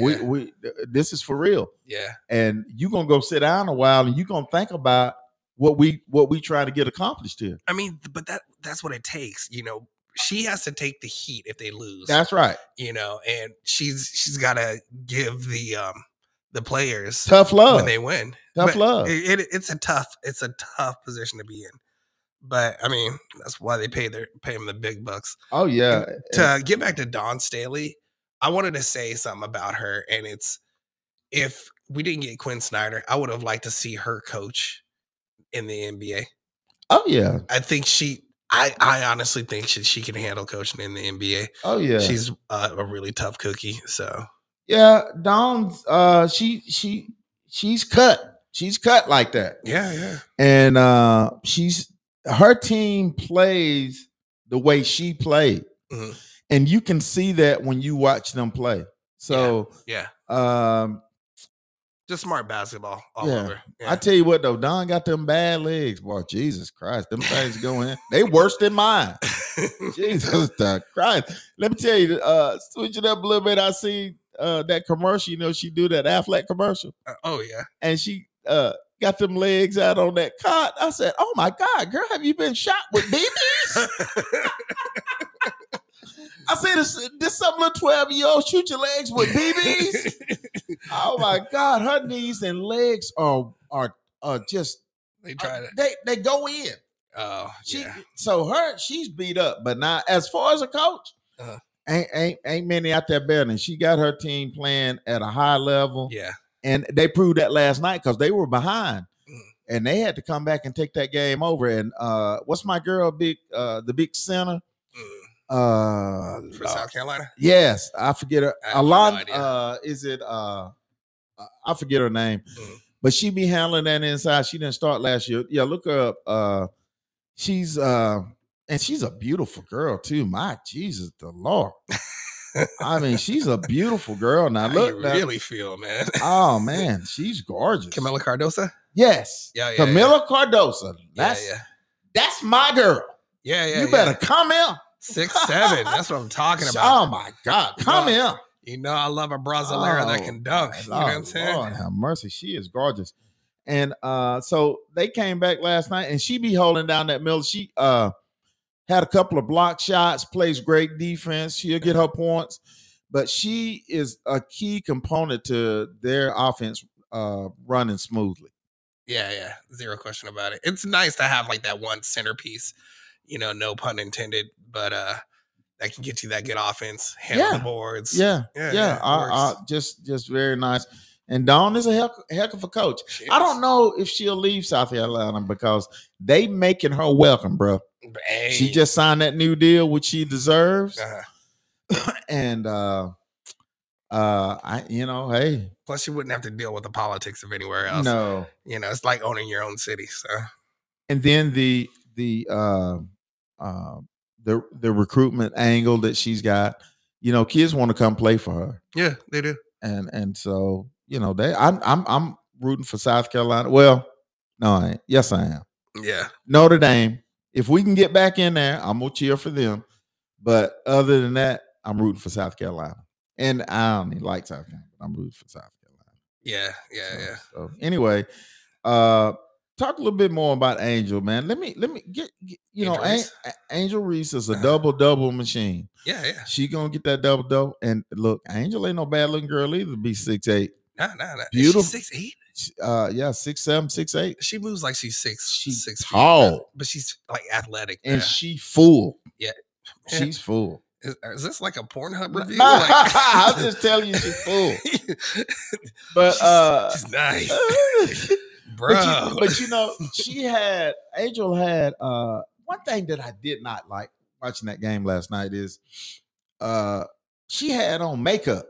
Speaker 1: we
Speaker 2: Yeah.
Speaker 1: we th- this is for real.
Speaker 2: yeah,
Speaker 1: And you're gonna go sit down a while and you're gonna think about what we what we trying to get accomplished here.
Speaker 2: I mean, but that that's what it takes, you know. She has to take the heat if they lose.
Speaker 1: That's right.
Speaker 2: you know, and she's she's got to give the um the players
Speaker 1: Tough
Speaker 2: when
Speaker 1: love.
Speaker 2: they win.
Speaker 1: Tough
Speaker 2: but
Speaker 1: love.
Speaker 2: It, it, it's a tough it's a tough position to be in, but I mean that's why they pay their pay them the big bucks.
Speaker 1: oh yeah.
Speaker 2: To get back to Dawn Staley, I wanted to say something about her, and it's if we didn't get Quinn Snyder, I would have liked to see her coach in the NBA.
Speaker 1: Oh yeah.
Speaker 2: I think she. I, I honestly think she, she can handle coaching in the NBA.
Speaker 1: Oh yeah.
Speaker 2: She's uh, a really tough cookie. So
Speaker 1: yeah, Dawn's uh she she she's cut. She's cut like that.
Speaker 2: yeah, yeah.
Speaker 1: and uh she's her team plays the way she played
Speaker 2: Mhm.
Speaker 1: and you can see that when you watch them play so
Speaker 2: Yeah.
Speaker 1: um
Speaker 2: Just smart basketball all
Speaker 1: Yeah.
Speaker 2: over.
Speaker 1: i tell you what though don got them bad legs boy jesus christ them things going in they worse than mine
Speaker 2: you.
Speaker 1: jesus the christ let me tell you uh switch it up a little bit i see uh that commercial you know she do that Affleck commercial
Speaker 2: oh yeah.
Speaker 1: and she uh got them legs out on that cot i said oh my god girl have you been shot with bb I say this this some little 12 year old shoot your legs with BBs. oh my God, her knees and legs are are are just
Speaker 2: they tried it.
Speaker 1: they they go in.
Speaker 2: Oh
Speaker 1: She
Speaker 2: yeah.
Speaker 1: so her she's beat up, but now as far as a coach,
Speaker 2: Uh-huh.
Speaker 1: ain't ain't ain't many out there better than she got her team playing at a high level.
Speaker 2: Yeah.
Speaker 1: And they proved that last night because they were behind.
Speaker 2: Mm.
Speaker 1: And they had to come back and take that game over. And uh, what's my girl, big uh, the big center? Oh,
Speaker 2: Mm.
Speaker 1: Uh,
Speaker 2: For South Carolina.
Speaker 1: Yes, I forget her.
Speaker 2: I have no
Speaker 1: Alon,
Speaker 2: idea.
Speaker 1: uh, is it? Uh, I- I forget her name,
Speaker 2: Mm.
Speaker 1: but she be handling that inside. She didn't start last year. Yeah, look her up. Uh, she's uh, and she's a beautiful girl too. My Jesus, the Lord. I mean, she's a beautiful girl. Now
Speaker 2: How
Speaker 1: look,
Speaker 2: you
Speaker 1: now-
Speaker 2: really feel, man.
Speaker 1: oh man, she's gorgeous.
Speaker 2: Camilla Cardosa.
Speaker 1: Yes,
Speaker 2: Yeah, yeah,
Speaker 1: Camilla Cardosa. That's
Speaker 2: yeah,
Speaker 1: that's my girl.
Speaker 2: yeah, yeah, yeah.
Speaker 1: you
Speaker 2: yeah.
Speaker 1: better come here
Speaker 2: Six seven. That's what I'm talking about.
Speaker 1: Oh my God. Come
Speaker 2: No.
Speaker 1: here.
Speaker 2: You know I love a Brazilera that
Speaker 1: Oh,
Speaker 2: can dunk. You know
Speaker 1: Lord,
Speaker 2: what I'm saying?
Speaker 1: Lord have mercy. She is gorgeous. And uh, so they came back last night and she be holding down that middle. She uh had a couple of block shots, plays great defense. She'll get her points, but she is a key component to their offense uh running smoothly.
Speaker 2: Yeah, yeah. Zero question about it. It's nice to have like that one centerpiece, you know, no pun intended, but uh that can get you that good offense, handle
Speaker 1: Yeah.
Speaker 2: the boards.
Speaker 1: Yeah, yeah.
Speaker 2: Yeah, yeah, it
Speaker 1: I, I,
Speaker 2: works.
Speaker 1: just just very nice. And Dawn is a heck, heck of a coach.
Speaker 2: She
Speaker 1: I
Speaker 2: is.
Speaker 1: don't know if she'll leave South Carolina because they making her welcome, bro.
Speaker 2: Hey.
Speaker 1: She just signed that new deal, which she deserves.
Speaker 2: Uh-huh.
Speaker 1: And uh uh I you know, hey,
Speaker 2: plus you wouldn't have to deal with the politics of anywhere else.
Speaker 1: no.
Speaker 2: You know, it's like owning your own city. So
Speaker 1: And then the the uh uh the the recruitment angle that she's got, you know, kids want to come play for her.
Speaker 2: yeah, they do.
Speaker 1: And and so, you know, they I'm I'm I'm rooting for South Carolina. Well, no, I ain't. yes I am.
Speaker 2: Yeah.
Speaker 1: Notre Dame. If we can get back in there, I'm gonna cheer for them. But other than that, I'm rooting for South Carolina, and I don't even like South Carolina. But I'm rooting for South Carolina.
Speaker 2: Yeah. Yeah. Yeah.
Speaker 1: So, so anyway, uh, talk a little bit more about Angel, man. Let me let me get, get- you know,
Speaker 2: Angel
Speaker 1: An-
Speaker 2: Reese?
Speaker 1: A- Angel Reese is a
Speaker 2: Uh-huh.
Speaker 1: double double machine.
Speaker 2: Yeah. Yeah.
Speaker 1: She gonna get that double double. And look, Angel ain't no bad looking girl either. Be six eight.
Speaker 2: No, no, no.
Speaker 1: Beautiful.
Speaker 2: She's six eight.
Speaker 1: Uh, yeah, six seven, six eight.
Speaker 2: She moves like she's six.
Speaker 1: She's
Speaker 2: six feet,
Speaker 1: tall.
Speaker 2: but- but she's like athletic.
Speaker 1: And
Speaker 2: bruh.
Speaker 1: she full.
Speaker 2: Yeah.
Speaker 1: she's full.
Speaker 2: is, is this like a Pornhub
Speaker 1: No,
Speaker 2: review? Like-
Speaker 1: I'm just telling you, she's full. But
Speaker 2: She's-
Speaker 1: uh,
Speaker 2: she's nice, bro.
Speaker 1: but, you, but you know, she had Angel had uh one thing that I did not like watching that game last night is uh she had on makeup.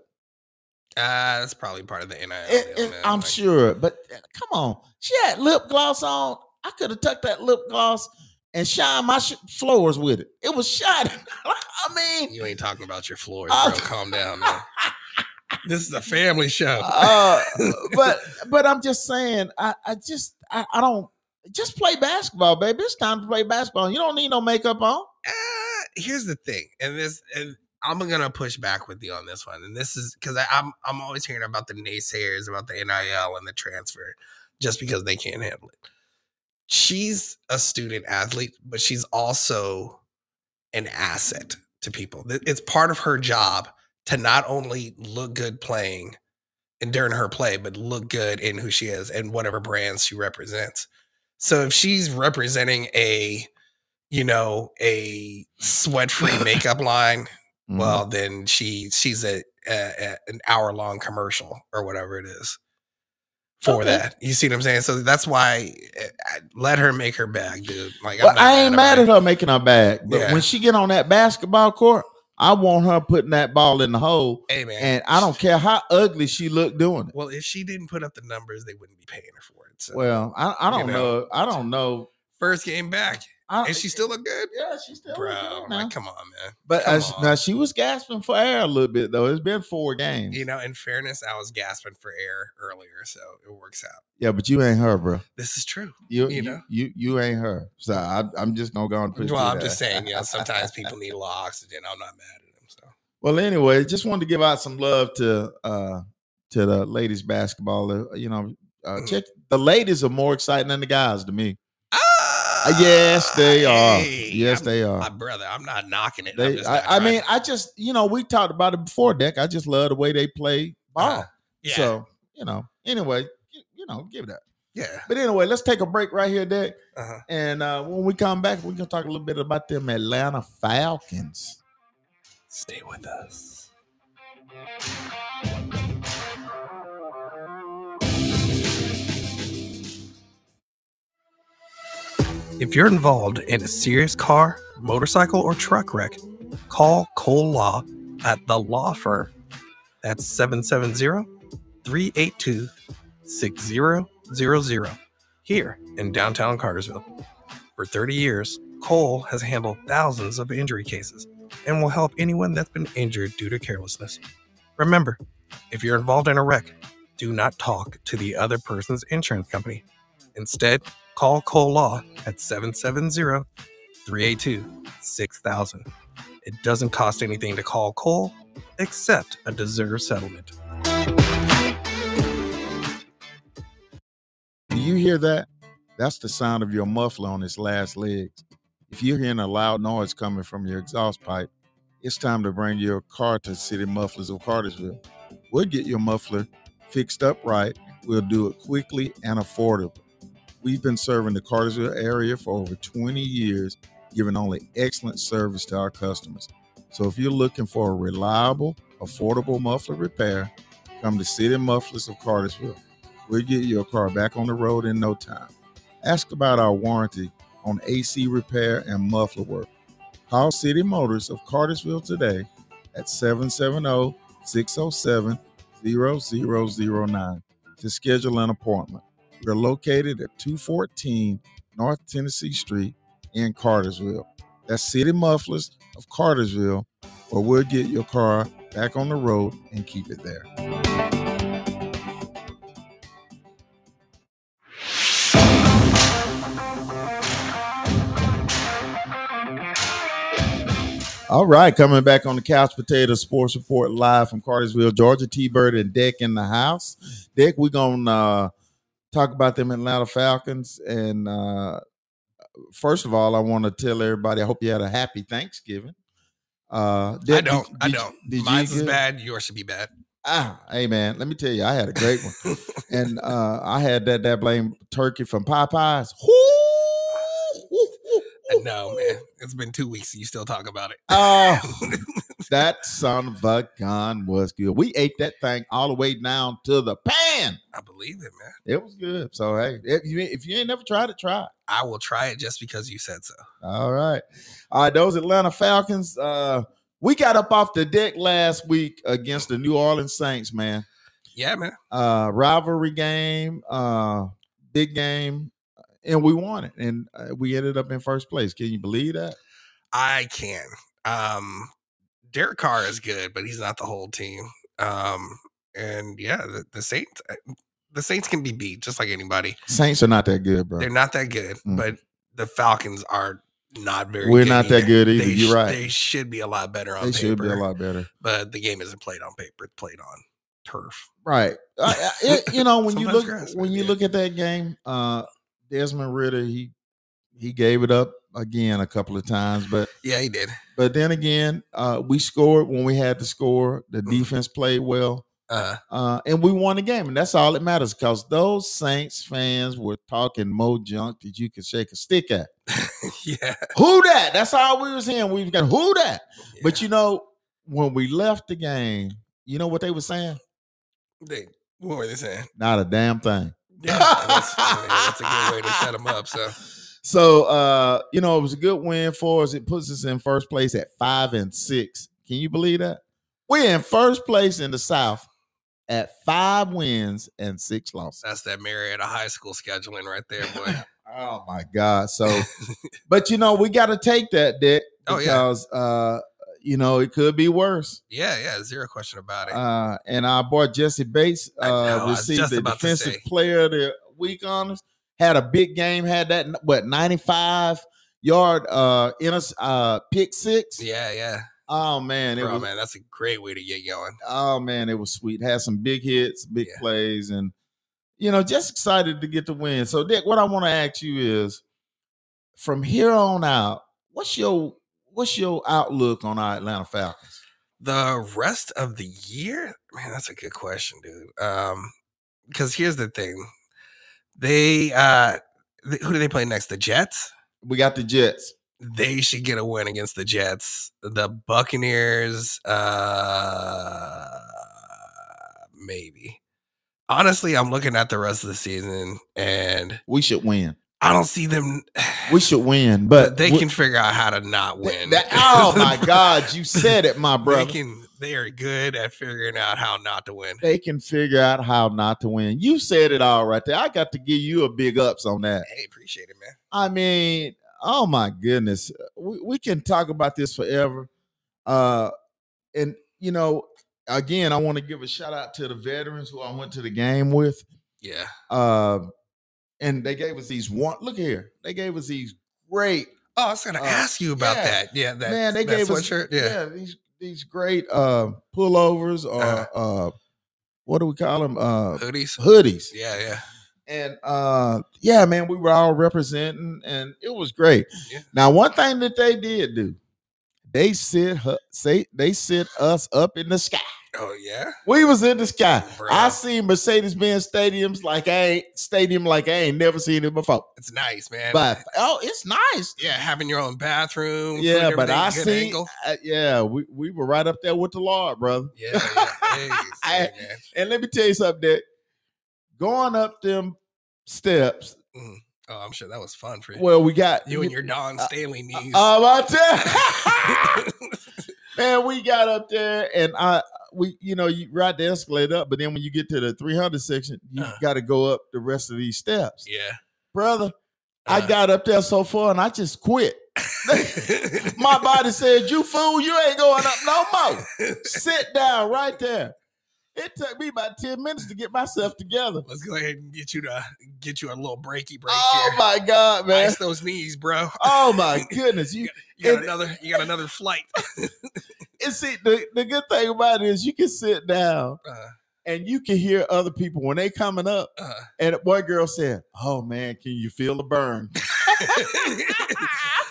Speaker 2: uh, that's probably part of the NIL.
Speaker 1: It-
Speaker 2: deal,
Speaker 1: it-
Speaker 2: man.
Speaker 1: I'm
Speaker 2: Like,
Speaker 1: sure, but uh, come on, she had lip gloss on. I could have tucked that lip gloss and shined my sh- floors with it. It was shining. I mean,
Speaker 2: You ain't talking about your floors,
Speaker 1: Oh.
Speaker 2: bro. Calm down, man. this is a family show.
Speaker 1: uh, but but I'm just saying, I, I just I, I don't just play basketball, baby. It's time to play basketball. You don't need no makeup on.
Speaker 2: Uh, here's the thing, and this, and I'm gonna push back with you on this one, and this is because I'm I'm always hearing about the naysayers about the NIL and the transfer, just because they can't handle it. She's a student athlete, but she's also an asset to people. Th- It's part of her job to not only look good playing and during her play, but look good in who she is and whatever brands she represents. So if she's representing a, you know, a sweat-free makeup line,
Speaker 1: Mm-hmm.
Speaker 2: well, then she she's a, a, a- an hour-long commercial or whatever it is for
Speaker 1: Okay.
Speaker 2: that. You see what I'm saying? So that's why uh, I- let her make her bag, dude. Like
Speaker 1: Well, I ain't mad at her making her bag, but
Speaker 2: Yeah.
Speaker 1: when she get on that basketball court, I want her putting that ball in the hole,
Speaker 2: Hey man,
Speaker 1: and I don't care how ugly she look doing it.
Speaker 2: Well, if she didn't put up the numbers, they wouldn't be paying her for it. So
Speaker 1: Well, I, I
Speaker 2: You
Speaker 1: don't know.
Speaker 2: know.
Speaker 1: I don't know.
Speaker 2: first game back,
Speaker 1: I,
Speaker 2: and she still looked good,
Speaker 1: yeah, she's uh, still
Speaker 2: bro.
Speaker 1: looking good now.
Speaker 2: Like, come on, man.
Speaker 1: But
Speaker 2: come
Speaker 1: as,
Speaker 2: on.
Speaker 1: now she was gasping for air a little bit though. It's been four games.
Speaker 2: You know, in fairness, I was gasping for air earlier, so it works out.
Speaker 1: Yeah, but you ain't her, bro.
Speaker 2: This is true.
Speaker 1: you
Speaker 2: you
Speaker 1: you
Speaker 2: know?
Speaker 1: you, you ain't her. So I, I'm just gonna go and put.
Speaker 2: Well,
Speaker 1: you
Speaker 2: I'm
Speaker 1: there.
Speaker 2: just saying, you know, sometimes people need a little oxygen. I'm not mad at them. So
Speaker 1: Well, anyway, just wanted to give out some love to uh to the ladies basketball. Uh, You know, uh,
Speaker 2: Mhm.
Speaker 1: check the ladies are more exciting than the guys to me. Uh,
Speaker 2: ah,
Speaker 1: yes, they are.
Speaker 2: hey,
Speaker 1: Yes,
Speaker 2: I'm-
Speaker 1: they
Speaker 2: my
Speaker 1: are.
Speaker 2: brother. I'm not knocking it. I'm
Speaker 1: They,
Speaker 2: just not
Speaker 1: I, I
Speaker 2: trying
Speaker 1: mean,
Speaker 2: to-
Speaker 1: I just you know we talked about it before, Deck. I just love the way they play ball.
Speaker 2: Uh, yeah,
Speaker 1: So you know, anyway, you, you know, give it up.
Speaker 2: yeah.
Speaker 1: But anyway, let's take a break right here, Deck.
Speaker 2: Uh-huh.
Speaker 1: And uh, when we come back, we're gonna talk a little bit about them Atlanta Falcons.
Speaker 2: Stay with us. If you're involved in a serious car, motorcycle, or truck wreck, call Cole Law at the law firm. That's 770 382 6000 here in downtown Cartersville. For 30 years, Cole has handled thousands of injury cases and will help anyone that's been injured due to carelessness. Remember, if you're involved in a wreck, do not talk to the other person's insurance company. Instead, call Cole Law at 770 382 6000
Speaker 3: It doesn't cost anything to call Cole except a deserved settlement.
Speaker 1: Do you hear that? That's the sound of your muffler on its last legs. If you're hearing a loud noise coming from your exhaust pipe, it's time to bring your car to City Mufflers of Cartersville. We'll get your muffler fixed up right. We'll do it quickly and affordable. We've been serving the Cartersville area for over 20 years, giving only excellent service to our customers. So if you're looking for a reliable, affordable muffler repair, come to City Mufflers of Cartersville. We'll get your car back on the road in no time. Ask about our warranty on AC repair and muffler work. Call City Motors of Cartersville today at oh, 770 607 0009 to schedule an appointment. We're located at 214 North Tennessee Street in Cartersville. That's City Mufflers of Cartersville, where we'll get your car back on the road and keep it there. All right, coming back on the Couch Potato Sports Report live from Cartersville, Georgia. T Bird and Deck in the house. Deck, we're going to uh, talk about them Atlanta Falcons. And uh, first of all, I want to tell everybody I hope you had a happy Thanksgiving. Uh, Deck,
Speaker 2: I don't.
Speaker 1: did-
Speaker 2: I
Speaker 1: did-
Speaker 2: don't.
Speaker 1: did
Speaker 2: Mine's
Speaker 1: you
Speaker 2: is
Speaker 1: get-
Speaker 2: bad. Yours should be bad.
Speaker 1: Ah, hey, man, let me tell you, I had a great one. and uh, I had that, that blame turkey from Popeyes.
Speaker 2: Uh, no, man. It's been two weeks. and You still talk about it.
Speaker 1: Oh, that son of a gun was good. We ate that thing all the way down to the pan.
Speaker 2: I believe it, man.
Speaker 1: It was good. So hey, if you if you ain't never tried it, try it.
Speaker 2: I will try it just because you said so.
Speaker 1: All right. All right, those Atlanta Falcons. Uh we got up off the deck last week against the New Orleans Saints, man.
Speaker 2: Yeah, man.
Speaker 1: Uh rivalry game, uh big game, and we won it. And uh, we ended up in first place. Can you believe that?
Speaker 2: I can. Um, Derek Carr is good, but he's not the whole team. Um, and yeah, the, the Saints, eh, the Saints can be beat just like anybody.
Speaker 1: Saints are not that good, bro.
Speaker 2: They're not that good,
Speaker 1: Mm.
Speaker 2: but the Falcons are not very.
Speaker 1: We're not that good either.
Speaker 2: They
Speaker 1: You're
Speaker 2: sh-
Speaker 1: right.
Speaker 2: They should be a lot better on
Speaker 1: They
Speaker 2: paper.
Speaker 1: should be a lot better.
Speaker 2: But the game isn't played on paper; it's played on turf.
Speaker 1: Right. I, I, it, you know, when you
Speaker 2: Sometimes
Speaker 1: look
Speaker 2: grass,
Speaker 1: when
Speaker 2: man,
Speaker 1: you
Speaker 2: yeah.
Speaker 1: look at that game, uh Desmond Ritter, he he gave it up again a couple of times, but
Speaker 2: Yeah, he did.
Speaker 1: but then again, uh we scored when we had to score. The
Speaker 2: Mhm.
Speaker 1: defense played well.
Speaker 2: Uh,
Speaker 1: Uh, and we won the game, and that's all that matters because those Saints fans were talking mo junk that you could shake a stick at.
Speaker 2: yeah,
Speaker 1: Who that? That's all we was hearing. We was got who that. But
Speaker 2: yeah.
Speaker 1: you know, when we left the game, you know what they were saying?
Speaker 2: They, what were they saying?
Speaker 1: Not a damn thing.
Speaker 2: Yeah, that's, I mean, that's a good way to set them up. So
Speaker 1: So uh, you know, it was a good win for us. It puts us in first place at five and six. Can you believe that? We're in first place in the South at five wins and six losses.
Speaker 2: that's that Marietta High School scheduling right there, boy.
Speaker 1: Oh my God. So but you know, we gotta take that dick
Speaker 2: Oh, yeah.
Speaker 1: because uh you know it could be worse.
Speaker 2: Yeah, yeah, zero question about it.
Speaker 1: Uh and our boy Jesse Bates
Speaker 2: I know,
Speaker 1: uh
Speaker 2: I was
Speaker 1: received
Speaker 2: just
Speaker 1: the
Speaker 2: about to
Speaker 1: defensive
Speaker 2: say.
Speaker 1: player of the week honors, had a big game, had that what 95 yard uh in uh pick six.
Speaker 2: yeah, yeah.
Speaker 1: Oh man, it
Speaker 2: Bro,
Speaker 1: was
Speaker 2: man, that's a great way to get going.
Speaker 1: oh man, it was sweet. Had some big hits, big
Speaker 2: Yeah.
Speaker 1: plays, and you know, just excited to get the win. So, Dick, what I want to ask you is, from here on out, what's your what's your outlook on our Atlanta Falcons?
Speaker 2: The rest of the year, man, that's a good question, dude. Um, because here's the thing, they uh, th- who do they play next? The Jets.
Speaker 1: We got the Jets.
Speaker 2: They should get a win against the Jets. The Buccaneers, uh, maybe. Honestly, I'm looking at the rest of the season, and
Speaker 1: We should win.
Speaker 2: I don't see them.
Speaker 1: We should win,
Speaker 2: but
Speaker 1: but
Speaker 2: they
Speaker 1: we-
Speaker 2: can figure out how to not
Speaker 1: th-
Speaker 2: win.
Speaker 1: that- oh my God, you said it, my brother.
Speaker 2: They can. They are good at figuring out how not to win.
Speaker 1: They can figure out how not to win. You said it all right there. I got to give you a big ups on that.
Speaker 2: Hey, appreciate it, man.
Speaker 1: I mean, oh my goodness, we, we can talk about this forever. Uh, and you know, again, I want to give a shout out to the veterans who I went to the game with.
Speaker 2: Yeah,
Speaker 1: Uh, and they gave us these one. Look here, they gave us these great
Speaker 2: Oh, I was going to
Speaker 1: Uh,
Speaker 2: ask you about
Speaker 1: yeah.
Speaker 2: that. Yeah, that,
Speaker 1: Man, they
Speaker 2: that
Speaker 1: gave us-
Speaker 2: sweatshirt.
Speaker 1: yeah.
Speaker 2: yeah.
Speaker 1: these these great uh pullovers or
Speaker 2: Uh-huh.
Speaker 1: uh, what do we call them uh
Speaker 2: hoodies.
Speaker 1: hoodies
Speaker 2: Yeah, yeah.
Speaker 1: and uh yeah man we were all representing and it was great
Speaker 2: Yeah.
Speaker 1: now one thing that they did do they sit hu- say they sit us up in the sky
Speaker 2: Oh yeah.
Speaker 1: we was in the sky i
Speaker 2: Bruh.
Speaker 1: seen mercedes-benz stadiums like i ain't stadium like i ain't never seen it before
Speaker 2: It's nice, man.
Speaker 1: but oh it's nice
Speaker 2: yeah, having your own bathroom. food,
Speaker 1: yeah but
Speaker 2: everything,
Speaker 1: i
Speaker 2: good
Speaker 1: see
Speaker 2: angle.
Speaker 1: uh, yeah we, we were right up there with the lord brother
Speaker 2: Yeah, yeah. Hey,
Speaker 1: I-
Speaker 2: man.
Speaker 1: And let me tell you something, Dick. Going up them steps,
Speaker 2: Oh, I'm sure that was fun for you.
Speaker 1: well, we got
Speaker 2: you and your Don
Speaker 1: uh,
Speaker 2: Staley
Speaker 1: Um,
Speaker 2: knees.
Speaker 1: I tell man, we got up there, and I we you know you ride the escalator up, but then when you get to the 300 section, you
Speaker 2: Uh.
Speaker 1: got to go up the rest of these steps,
Speaker 2: yeah.
Speaker 1: brother. I
Speaker 2: Uh,
Speaker 1: got up there so far, and I just quit. My body said, "You fool, you ain't going up no more. Sit down right there." It took me about 10 minutes to get myself together.
Speaker 2: Let's go ahead and get you to get you a little breaky break
Speaker 1: oh
Speaker 2: here.
Speaker 1: my god, man!
Speaker 2: Ice those knees, bro.
Speaker 1: Oh my goodness! You
Speaker 2: You got
Speaker 1: it-
Speaker 2: another. You got another flight.
Speaker 1: and see the, the good thing about it is you can sit down
Speaker 2: Uh,
Speaker 1: and you can hear other people when they coming up.
Speaker 2: uh.
Speaker 1: And one girl said, "Oh man, can you feel the burn?"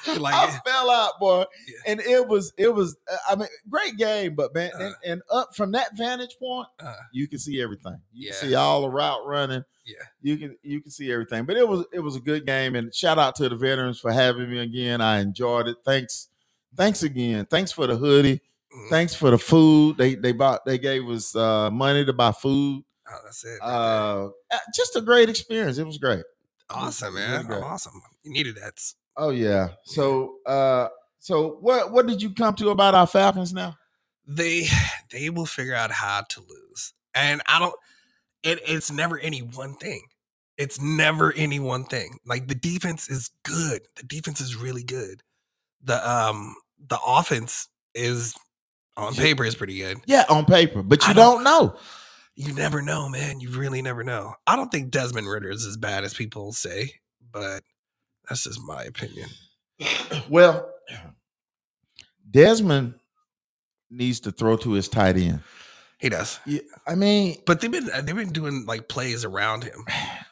Speaker 2: You're like,
Speaker 1: I fell out, boy,
Speaker 2: Yeah.
Speaker 1: and it was it was. uh, I mean, great game, but man, and,
Speaker 2: Uh.
Speaker 1: and up from that vantage point,
Speaker 2: uh,
Speaker 1: you can see everything. You
Speaker 2: Yeah.
Speaker 1: can see all the route running.
Speaker 2: Yeah.
Speaker 1: you can you can see everything. But it was it was a good game, and shout out to the veterans for having me again. I enjoyed it. Thanks, thanks again. Thanks for the hoodie.
Speaker 2: mm,
Speaker 1: Thanks for the food. They they bought they gave us uh, money to buy food.
Speaker 2: oh, that's it. right there.
Speaker 1: Uh, uh, just a great experience. It was great.
Speaker 2: awesome,
Speaker 1: really
Speaker 2: man.
Speaker 1: good.
Speaker 2: awesome. You needed that.
Speaker 1: Oh yeah. So uh, so what what did you come to about our Falcons now?
Speaker 2: they they will figure out how to lose and i don't it, it's never any one thing it's never any one thing like the defense is good the defense is really good the um the offense is on
Speaker 1: Yeah.
Speaker 2: paper is pretty good
Speaker 1: Yeah, on paper, but you
Speaker 2: I
Speaker 1: don't,
Speaker 2: don't-
Speaker 1: know.
Speaker 2: you never know man you really never know i don't think desmond ritter is as bad as people say but that's just my opinion
Speaker 1: Well, Desmond needs to throw to his tight end.
Speaker 2: he does
Speaker 1: I mean,
Speaker 2: but they've been they've been doing like plays around him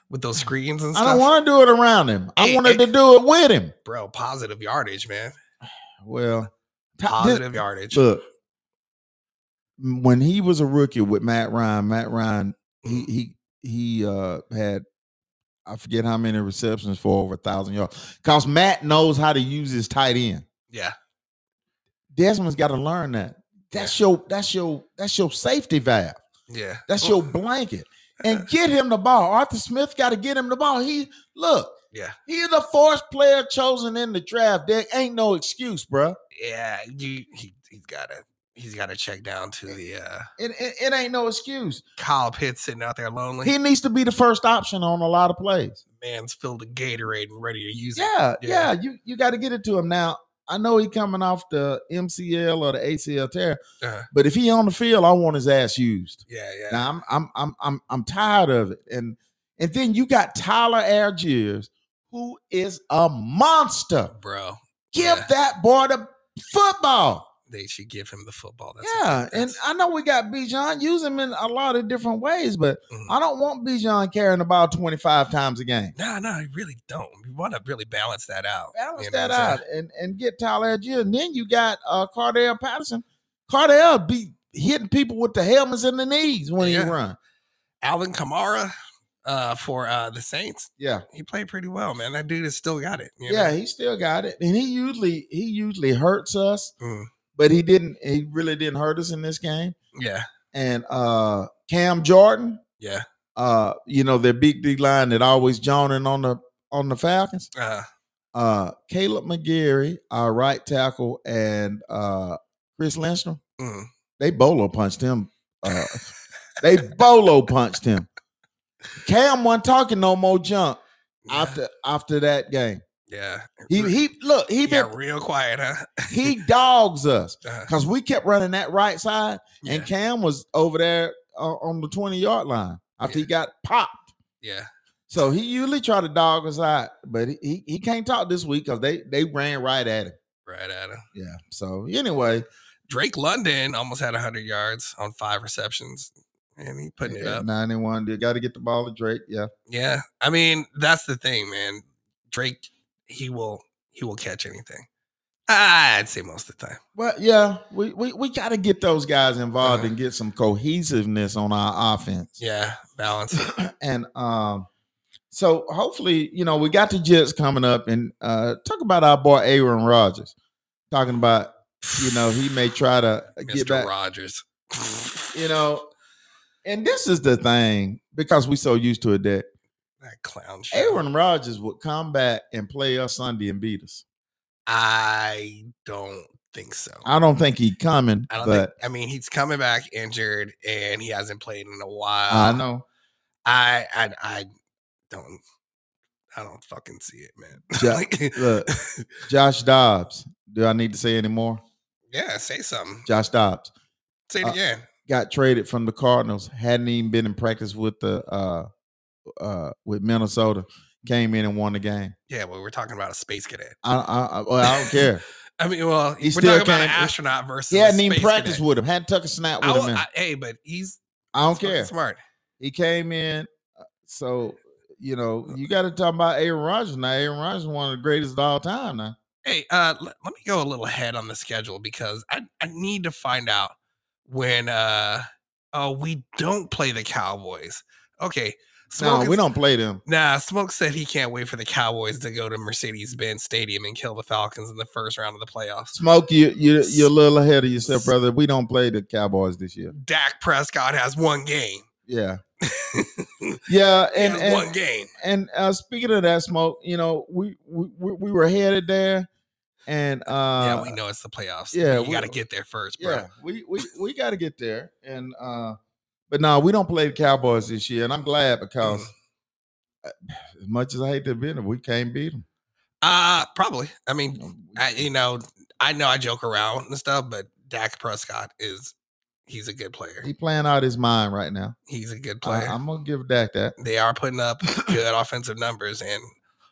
Speaker 2: with those screens and
Speaker 1: I
Speaker 2: stuff
Speaker 1: don't want to do it around him. I
Speaker 2: Hey,
Speaker 1: wanted
Speaker 2: hey.
Speaker 1: to do it with him.
Speaker 2: bro positive yardage man
Speaker 1: Well, Ty- this-
Speaker 2: positive yardage.
Speaker 1: Look, when he was a rookie with Matt Ryan, Matt Ryan he he he uh had I forget how many receptions for over a thousand yards. Cause Matt knows how to use his tight end.
Speaker 2: yeah,
Speaker 1: Desmond's got to learn that. That's your that's your that's your safety valve.
Speaker 2: yeah.
Speaker 1: That's
Speaker 2: Well,
Speaker 1: your blanket. And get him the ball. Arthur Smith got to get him the ball. He look,
Speaker 2: yeah,
Speaker 1: he's the fourth player chosen in the draft. There ain't no excuse, bruh.
Speaker 2: yeah. You he he's got to he's got to check down to the uh
Speaker 1: It, it, it ain't no excuse.
Speaker 2: Kyle Pitts sitting out there lonely.
Speaker 1: He needs to be the first option on a lot of plays.
Speaker 2: Man's filled with Gatorade and ready to use it.
Speaker 1: Yeah,
Speaker 2: Yeah.
Speaker 1: yeah. You you got to get it to him now. I know he coming off the MCL or the ACL tear,
Speaker 2: Uh-huh.
Speaker 1: but if he on the field, I want his ass used.
Speaker 2: Yeah, yeah.
Speaker 1: Now I'm I'm I'm I'm I'm tired of it. And and then you got Tyler Algiers, who is a monster.
Speaker 2: Bro,
Speaker 1: Give
Speaker 2: Yeah.
Speaker 1: that boy the football.
Speaker 2: they should give him the football.
Speaker 1: yeah, and I know we got Bijan. Use him in a lot of different ways, but
Speaker 2: Mm-hmm.
Speaker 1: I don't want Bijan carrying the ball 25 times a game.
Speaker 2: no, no, you really don't. You want to really balance that out. you
Speaker 1: balance
Speaker 2: know
Speaker 1: that
Speaker 2: what I'm
Speaker 1: out
Speaker 2: saying?
Speaker 1: and, and get Tyler Algier. And then you got uh Cardell Patterson. Cardell be hitting people with the helmets and the knees when
Speaker 2: Yeah.
Speaker 1: he run.
Speaker 2: Alvin Kamara uh, for uh, the Saints,
Speaker 1: Yeah.
Speaker 2: he played pretty well, man. That dude has still got it. you
Speaker 1: Yeah,
Speaker 2: know?
Speaker 1: he still got it. And he usually he usually hurts us,
Speaker 2: Mm,
Speaker 1: but he didn't he really didn't hurt us in this game.
Speaker 2: yeah,
Speaker 1: And uh Cam Jordan,
Speaker 2: yeah.
Speaker 1: uh, you know, their big D line that always joning on the on the Falcons.
Speaker 2: Uh,
Speaker 1: Uh Caleb McGarry, our right tackle, and uh Chris Lindstrom.
Speaker 2: mm,
Speaker 1: they bolo punched him. Uh, they bolo punched him. Cam wasn't talking no more junk
Speaker 2: yeah,
Speaker 1: after after that game.
Speaker 2: yeah.
Speaker 1: He he look he
Speaker 2: yeah,
Speaker 1: been,
Speaker 2: real quiet, huh?
Speaker 1: he dogs us
Speaker 2: Uh,
Speaker 1: because we kept running that right side
Speaker 2: yeah,
Speaker 1: and Cam was over there uh, on the twenty yard line after he got popped.
Speaker 2: yeah.
Speaker 1: So he usually try to dog us out, but he, he, he can't talk this week because they they ran right at him.
Speaker 2: Right at him.
Speaker 1: Yeah. So anyway,
Speaker 2: Drake London almost had 100 yards on five receptions, and he putting it
Speaker 1: yeah,
Speaker 2: up.
Speaker 1: eh, ninety-one. They got to get the ball to Drake. Yeah.
Speaker 2: Yeah, I mean that's the thing, man. Drake, he will he will catch anything. I'd say most of the time.
Speaker 1: Well, yeah, we we, we got to get those guys involved
Speaker 2: Uh-huh.
Speaker 1: and get some cohesiveness on our offense.
Speaker 2: Yeah, balance.
Speaker 1: and um, so hopefully, you know, we got the Jets coming up and uh talk about our boy Aaron Rodgers. Talking about, you know, he may try to get
Speaker 2: Mr.
Speaker 1: back,
Speaker 2: Rogers.
Speaker 1: you know. And this is the thing, because we so used to it that
Speaker 2: that clown show.
Speaker 1: Aaron Rodgers would come back and play us Sunday and beat us.
Speaker 2: I don't think so.
Speaker 1: I don't think he coming,
Speaker 2: I don't
Speaker 1: but
Speaker 2: think. I mean, he's coming back injured, and he hasn't played in a while.
Speaker 1: I know.
Speaker 2: I I, I don't. I don't fucking see it, man.
Speaker 1: Ja-
Speaker 2: Like,
Speaker 1: Look, Josh Dobbs. Do I need to say any more?
Speaker 2: yeah, say something.
Speaker 1: Josh Dobbs
Speaker 2: Say it
Speaker 1: uh,
Speaker 2: again.
Speaker 1: got traded from the Cardinals. Hadn't even been in practice with the uh, uh, with Minnesota. Came in and won the game.
Speaker 2: Yeah, well, we're talking about a space cadet.
Speaker 1: I I, I, well, I don't care.
Speaker 2: I mean, well,
Speaker 1: He
Speaker 2: we're
Speaker 1: still
Speaker 2: talking about an
Speaker 1: can't-
Speaker 2: astronaut versus.
Speaker 1: He
Speaker 2: a
Speaker 1: hadn't even
Speaker 2: space
Speaker 1: practiced
Speaker 2: cadet.
Speaker 1: with him. Hadn't took a snap with
Speaker 2: I,
Speaker 1: him.
Speaker 2: will-
Speaker 1: in.
Speaker 2: I- hey, but he's.
Speaker 1: I don't
Speaker 2: fucking
Speaker 1: care.
Speaker 2: Smart.
Speaker 1: He came in. uh, So you know you got to talk about Aaron Rodgers now. Aaron Rodgers is one of the greatest of all time now.
Speaker 2: Hey, uh, let, let me go a little ahead on the schedule because I, I need to find out when uh oh we don't play the Cowboys. Okay,
Speaker 1: No,
Speaker 2: Smoke
Speaker 1: we
Speaker 2: is-
Speaker 1: don't play them.
Speaker 2: Nah, Smoke said he can't wait for the Cowboys to go to Mercedes-Benz Stadium and kill the Falcons in the first round of the playoffs.
Speaker 1: Smoke, you you you're a little ahead of yourself, brother. We don't play the Cowboys this year.
Speaker 2: Dak Prescott has one game.
Speaker 1: Yeah. yeah,
Speaker 2: He
Speaker 1: and
Speaker 2: has
Speaker 1: and,
Speaker 2: one game.
Speaker 1: and uh, speaking of that smoke, you know, we we, we we were headed there, and
Speaker 2: yeah,
Speaker 1: uh,
Speaker 2: we know it's the playoffs.
Speaker 1: yeah,
Speaker 2: Yeah, you
Speaker 1: we-
Speaker 2: got to get there first, bro.
Speaker 1: yeah, we we, we got to get there, and uh, but no, we don't play the Cowboys this year, and I'm glad because uh,
Speaker 2: Mm-hmm.
Speaker 1: as much as I hate to admit it, we can't beat them.
Speaker 2: Uh probably. I mean, I,
Speaker 1: Mm.
Speaker 2: you know, I know I joke around and stuff, but Dak Prescott is he's a good player.
Speaker 1: He playing out his mind right now.
Speaker 2: He's a good
Speaker 1: I,
Speaker 2: player.
Speaker 1: I'm gonna give Dak that.
Speaker 2: they are putting up good offensive numbers and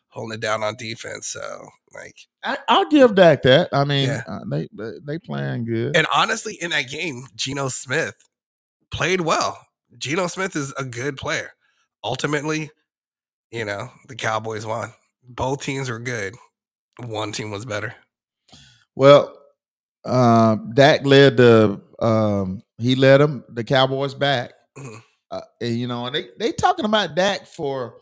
Speaker 2: holding it down on defense. So like,
Speaker 1: I, I'll give Dak that. I mean,
Speaker 2: Yeah.
Speaker 1: uh, they, they they playing good.
Speaker 2: and honestly, in that game, Geno Smith played well. Geno Smith is a good player. Ultimately, you know, the Cowboys won. Both teams were good. One team was better.
Speaker 1: Well, uh, Dak led the um, he led them the Cowboys back,
Speaker 2: Mhm.
Speaker 1: uh, and you know, and they they talking about Dak for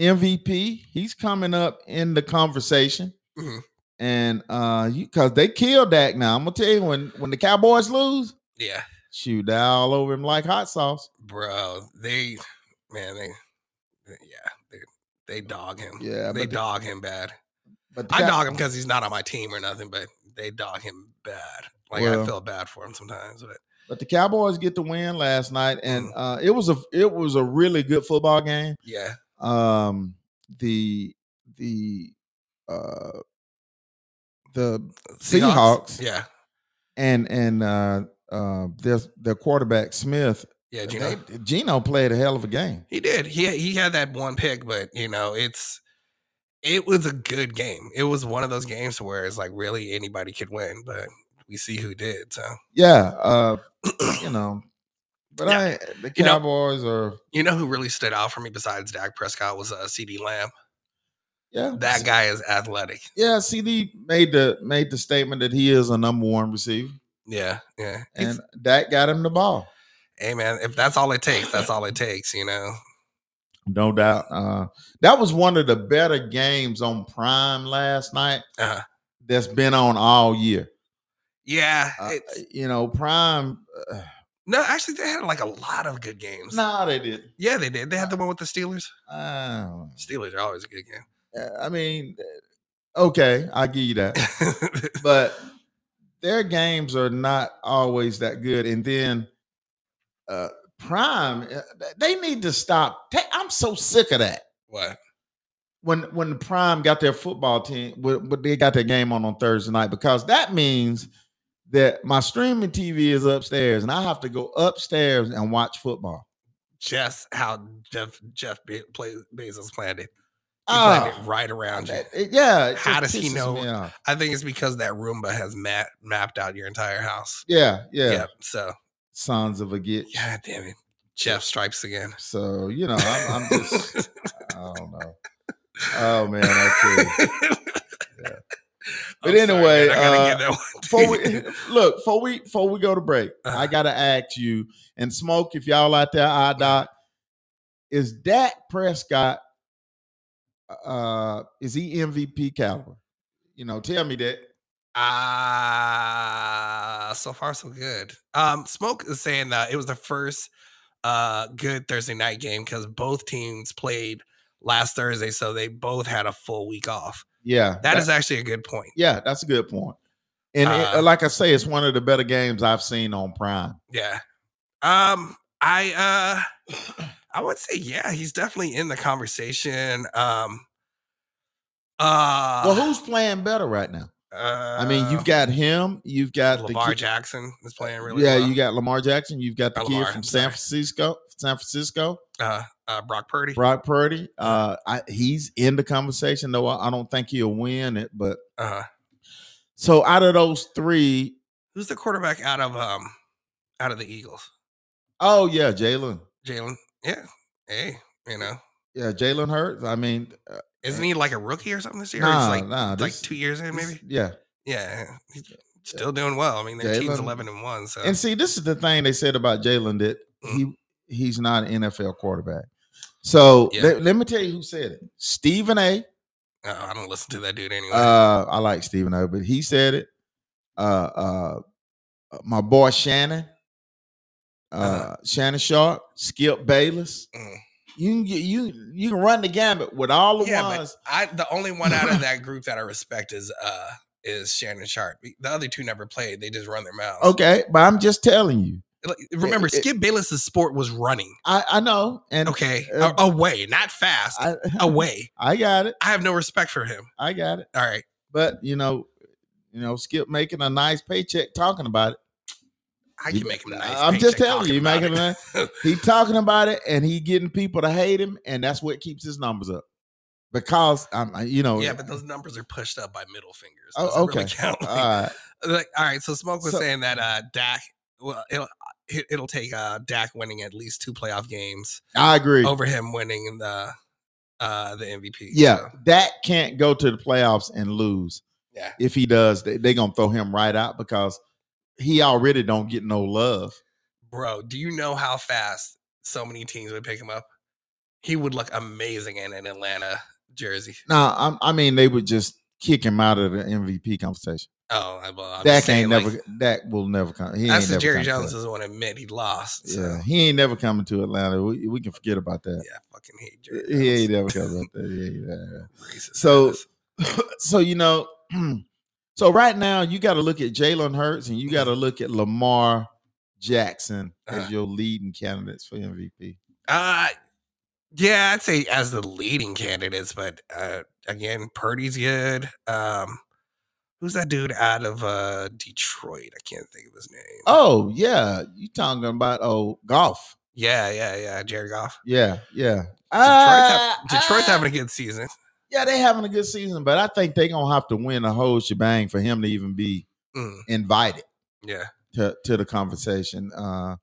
Speaker 1: MVP. He's coming up in the conversation,
Speaker 2: Mhm.
Speaker 1: and uh, because they killed Dak now. I'm gonna tell you when when the Cowboys lose,
Speaker 2: Yeah,
Speaker 1: shoot, they all over him like hot sauce.
Speaker 2: bro. They, man, they, they- yeah, they, they dog him.
Speaker 1: Yeah,
Speaker 2: they
Speaker 1: but the-
Speaker 2: dog him bad.
Speaker 1: But the
Speaker 2: I
Speaker 1: Cow-
Speaker 2: dog him because he's not on my team or nothing, but they dog him bad. Like I
Speaker 1: Well-
Speaker 2: feel bad for him sometimes, but
Speaker 1: but the Cowboys get the win last night, and
Speaker 2: Mm.
Speaker 1: uh, it was a it was a really good football game.
Speaker 2: yeah,
Speaker 1: um the the uh the Seahawks.
Speaker 2: Yeah,
Speaker 1: and and uh uh their their quarterback Smith
Speaker 2: yeah, Gino.
Speaker 1: they- Geno played a hell of a game.
Speaker 2: He did. He he had that one pick, but you know, it's it was a good game. It was one of
Speaker 1: Mm-hmm.
Speaker 2: those games where it's like really anybody could win, but we see who did. So
Speaker 1: Yeah, uh you know. But I the
Speaker 2: You know-
Speaker 1: Cowboys are
Speaker 2: you know who really stood out for me besides Dak Prescott was uh, C.D. Lamb.
Speaker 1: yeah.
Speaker 2: That guy is athletic.
Speaker 1: yeah, CD made the made the statement that he is a number one receiver,
Speaker 2: Yeah, yeah. It's-
Speaker 1: and that got him the ball,
Speaker 2: hey man, if that's all it takes, that's all it takes. You know.
Speaker 1: no doubt. Uh, that was one of the better games on Prime last night
Speaker 2: Uh,
Speaker 1: that's been on all year.
Speaker 2: yeah.
Speaker 1: Uh,
Speaker 2: it's-
Speaker 1: you know, Prime. Uh,
Speaker 2: no, actually, they had like a lot of good games.
Speaker 1: nah, they did.
Speaker 2: Yeah, they did. They had the one with the Steelers.
Speaker 1: Uh,
Speaker 2: Steelers are always a good
Speaker 1: I mean, okay, I give you that,
Speaker 2: game.
Speaker 1: but their games are not always that good. And then, uh, Prime, uh, they need to stop. Ta- I'm so sick of that.
Speaker 2: what?
Speaker 1: When when the Prime got their football team, but but they got their game on on Thursday night because that means that my streaming TV is upstairs and I have to go upstairs and watch football.
Speaker 2: just how Jeff Jeff Be- play, Bezos planned it. He planned
Speaker 1: Ah,
Speaker 2: it right around you.
Speaker 1: that- it- yeah. it
Speaker 2: How
Speaker 1: just
Speaker 2: does he
Speaker 1: pisses
Speaker 2: know?
Speaker 1: me off.
Speaker 2: I think it's because that Roomba has ma- mapped out your entire house.
Speaker 1: Yeah, yeah.
Speaker 2: Yep. So
Speaker 1: Sons of a git.
Speaker 2: God damn it. Jeff stripes again.
Speaker 1: So you know, I'm, I'm just. I don't know. Oh man, I tell you. But
Speaker 2: I'm sorry,
Speaker 1: anyway,
Speaker 2: man, I gotta
Speaker 1: uh,
Speaker 2: give that one to
Speaker 1: Before we,
Speaker 2: you.
Speaker 1: look, before we before we go to break, I
Speaker 2: Uh-huh.
Speaker 1: gotta ask you and smoke if y'all out there, I doc, is Dak Prescott uh is he MVP caliber? You know, tell me that.
Speaker 2: Ah, so far so good. Um, Smoke is saying that it was the first uh good Thursday night game because both teams played last Thursday, so they both had a full week off.
Speaker 1: Yeah.
Speaker 2: that is actually a good point.
Speaker 1: yeah, that's a good point. And it-
Speaker 2: Uh,
Speaker 1: like I say, it's one of the better games I've seen on Prime.
Speaker 2: Yeah. Um, I uh I would say yeah, he's definitely in the conversation. Um uh
Speaker 1: Well, who's playing better right now?
Speaker 2: uh,
Speaker 1: I mean, you've got him, you've got the
Speaker 2: Lamar
Speaker 1: kid-
Speaker 2: Jackson is playing really
Speaker 1: yeah,
Speaker 2: well.
Speaker 1: you got Lamar Jackson. You've got the
Speaker 2: Oh,
Speaker 1: kid
Speaker 2: Lamar,
Speaker 1: from
Speaker 2: I'm
Speaker 1: San
Speaker 2: sorry.
Speaker 1: Francisco, San Francisco,
Speaker 2: uh, uh Brock Purdy.
Speaker 1: Brock Purdy. Uh, I, he's in the conversation, though. I, I don't think he'll win it. But
Speaker 2: Uh
Speaker 1: so out of those three,
Speaker 2: who's the quarterback out of um out of the Eagles?
Speaker 1: oh yeah, Jalen,
Speaker 2: Jalen. Yeah. Hey, you know.
Speaker 1: yeah, Jalen Hurts. I mean, uh,
Speaker 2: Isn't he like a rookie or something this year? Or
Speaker 1: nah,
Speaker 2: he's like
Speaker 1: nah,
Speaker 2: like
Speaker 1: this-
Speaker 2: two years in,
Speaker 1: this-
Speaker 2: maybe?
Speaker 1: yeah.
Speaker 2: Yeah. He's still doing well. I mean, their
Speaker 1: Jalen-
Speaker 2: team's eleven and one, so
Speaker 1: And see, this is the thing they said about Jalen that
Speaker 2: Mm-hmm.
Speaker 1: he he's not an NFL quarterback. So
Speaker 2: Yeah.
Speaker 1: let, let me tell you who said it. Stephen A.
Speaker 2: uh, I don't listen to that dude anyway.
Speaker 1: Uh, I like Stephen O, but he said it. Uh, uh, my boy Shannon, uh,
Speaker 2: Uh-huh.
Speaker 1: Shannon Sharp, Skip Bayless.
Speaker 2: Mm.
Speaker 1: You can get, you you can run the gambit with all the
Speaker 2: Yeah, but-
Speaker 1: ones.
Speaker 2: I the only one out of that group that I respect is uh is Shannon Sharp. The other two never played. They just run their mouths.
Speaker 1: okay, but I'm just telling you.
Speaker 2: Like, Remember,
Speaker 1: Oh, it-
Speaker 2: Skip Bayless's sport was running.
Speaker 1: I I know, and
Speaker 2: Okay. a-
Speaker 1: Uh,
Speaker 2: away, not fast.
Speaker 1: I
Speaker 2: away.
Speaker 1: I got it.
Speaker 2: I have no respect for him.
Speaker 1: I got it.
Speaker 2: All right.
Speaker 1: But you know, you know, Skip making a nice paycheck talking about it.
Speaker 2: I
Speaker 1: You-
Speaker 2: can make him a nice.
Speaker 1: I'm just
Speaker 2: paycheck
Speaker 1: telling you, you
Speaker 2: talking
Speaker 1: make
Speaker 2: about it.
Speaker 1: He talking about it, and he getting people to hate him, and that's what keeps his numbers up. Because I'm, I- you know,
Speaker 2: yeah, but those numbers are pushed up by middle fingers.
Speaker 1: Oh,
Speaker 2: Doesn't really
Speaker 1: okay.
Speaker 2: count.
Speaker 1: all right.
Speaker 2: Like, all right. So Smoke was
Speaker 1: So-
Speaker 2: saying that uh Dak well it'll it- it'll take uh Dak winning at least two playoff games
Speaker 1: I agree.
Speaker 2: over him winning the uh the MVP.
Speaker 1: yeah,
Speaker 2: so.
Speaker 1: that can't go to the playoffs and lose.
Speaker 2: Yeah.
Speaker 1: If he does, they're they going to throw him right out because he already don't get no love.
Speaker 2: Bro, do you know how fast so many teams would pick him up? He would look amazing in an Atlanta jersey.
Speaker 1: Now, I'm, I mean, they would just kick him out of the MVP conversation.
Speaker 2: Oh, I- well, I'm
Speaker 1: Dak
Speaker 2: just saying,
Speaker 1: ain't
Speaker 2: like,
Speaker 1: never. Dak will never come. He
Speaker 2: That's
Speaker 1: ain't
Speaker 2: the
Speaker 1: never
Speaker 2: Jerry
Speaker 1: coming to
Speaker 2: Jones
Speaker 1: it.
Speaker 2: doesn't want to admit he lost. So.
Speaker 1: Yeah,
Speaker 2: Yeah,
Speaker 1: he ain't never coming to Atlanta. We, we can forget about that.
Speaker 2: I fucking hate Jerry.
Speaker 1: He
Speaker 2: Jones.
Speaker 1: ain't never coming. up there. He ain't never.
Speaker 2: Racist
Speaker 1: So-
Speaker 2: ass.
Speaker 1: so you know, so right now you got to look at Jalen Hurts and you got to look at Lamar Jackson as
Speaker 2: Uh-huh.
Speaker 1: your leading candidates for MVP.
Speaker 2: uh, yeah, I'd say as the leading candidates, but uh, again, Purdy's good. Um, who's that dude out of uh Detroit? I can't think of his name.
Speaker 1: Oh yeah, you talking about oh golf?
Speaker 2: yeah, yeah, yeah, Jared Goff.
Speaker 1: Yeah, yeah.
Speaker 2: Detroit's,
Speaker 1: Uh,
Speaker 2: hav- Detroit's
Speaker 1: uh,
Speaker 2: having a good season.
Speaker 1: yeah, they having a good season, but I think they gonna have to win a whole shebang for him to even be
Speaker 2: Mm,
Speaker 1: invited
Speaker 2: yeah.
Speaker 1: to to the conversation. Uh,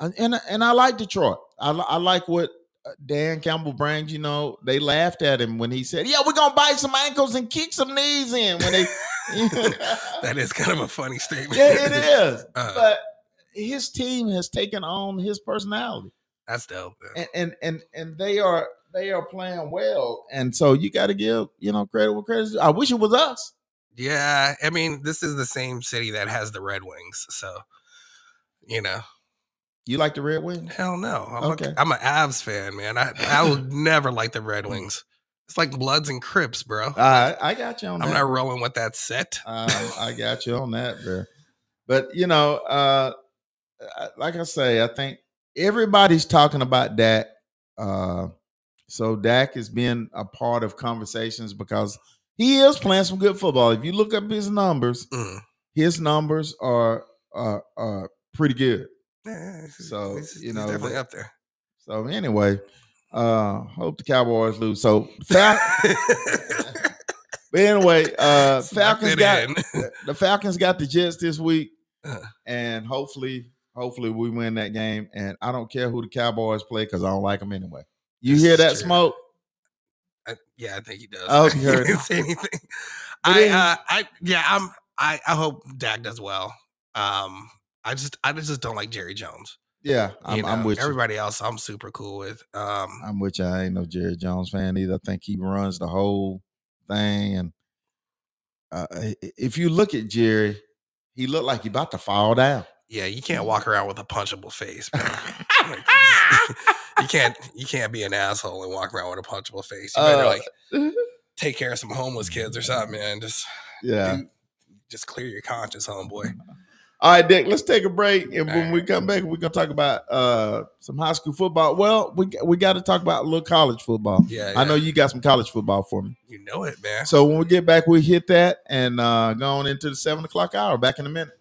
Speaker 1: and and, and I like Detroit. I, li- I like what uh, Dan Campbell brings. You know, they laughed at him when he said, "Yeah, we're gonna bite some ankles and kick some knees in." When they, yeah,
Speaker 2: That is kind of a funny statement.
Speaker 1: it is.
Speaker 2: Uh,
Speaker 1: But his team has taken on his personality,
Speaker 2: that's dope. man.
Speaker 1: and and and, and they are they are playing well. And so you got to give you know credit where credit. is- I wish it was us.
Speaker 2: Yeah, I mean, this is the same city that has the Red Wings, so you know,
Speaker 1: You like the Red Wings?
Speaker 2: hell no. I'm
Speaker 1: Okay.
Speaker 2: a, I'm an Avs fan, man. I I would never like the Red Wings. It's like Bloods and Crips, bro.
Speaker 1: I I got you on that.
Speaker 2: I'm not rolling with that set.
Speaker 1: um, I got you on that, bro. But you know, uh, I- like I say, I think everybody's talking about Dak. Uh, so Dak has been a part of conversations because he is playing some good football. If you look up his numbers,
Speaker 2: Mm.
Speaker 1: his numbers are are, are pretty good.
Speaker 2: Yeah, he's-
Speaker 1: So,
Speaker 2: he's-
Speaker 1: you
Speaker 2: he's
Speaker 1: know,
Speaker 2: definitely
Speaker 1: that-
Speaker 2: up there.
Speaker 1: So anyway, uh hope the Cowboys lose. So Fal- but anyway, uh Falcons got the Falcons got the Jets this week,
Speaker 2: Uh.
Speaker 1: and hopefully, hopefully we win that game. And I don't care who the Cowboys play because I don't like them anyway. You
Speaker 2: This
Speaker 1: hear
Speaker 2: is
Speaker 1: that
Speaker 2: true.
Speaker 1: smoke?
Speaker 2: I, yeah, I think he does.
Speaker 1: I hope you
Speaker 2: He
Speaker 1: heard
Speaker 2: didn't say anything.
Speaker 1: Oh, But
Speaker 2: I,
Speaker 1: then-
Speaker 2: uh, I, yeah, I'm. I, I hope Dak does well. Um, I just, I just don't like Jerry Jones.
Speaker 1: Yeah,
Speaker 2: you
Speaker 1: I'm, I'm
Speaker 2: know.
Speaker 1: with you.
Speaker 2: everybody else. I'm super cool with. Um,
Speaker 1: I'm with you. I ain't no Jerry Jones fan either. I think he runs the whole thing. And uh, i- i- if you look at Jerry, he looked like he about to fall down.
Speaker 2: yeah, you
Speaker 1: Mm.
Speaker 2: can't walk around with a punchable face. man. Like, you just- you can't, you can't be an asshole and walk around with a punchable face. You better
Speaker 1: Uh, Mm.
Speaker 2: like take care of some homeless kids or something, man. Just,
Speaker 1: yeah.
Speaker 2: do- just clear your conscience, homeboy.
Speaker 1: All right, Dick. Let's take a break, and
Speaker 2: All
Speaker 1: when we come back, we're gonna talk about uh, some high school football. Well, we we got to talk about a little college football.
Speaker 2: Yeah,
Speaker 1: I know
Speaker 2: yeah.
Speaker 1: you got some college football for me.
Speaker 2: you know it, man.
Speaker 1: So when we get back, we hit that and uh, go on into the seven o'clock hour. Back in a minute.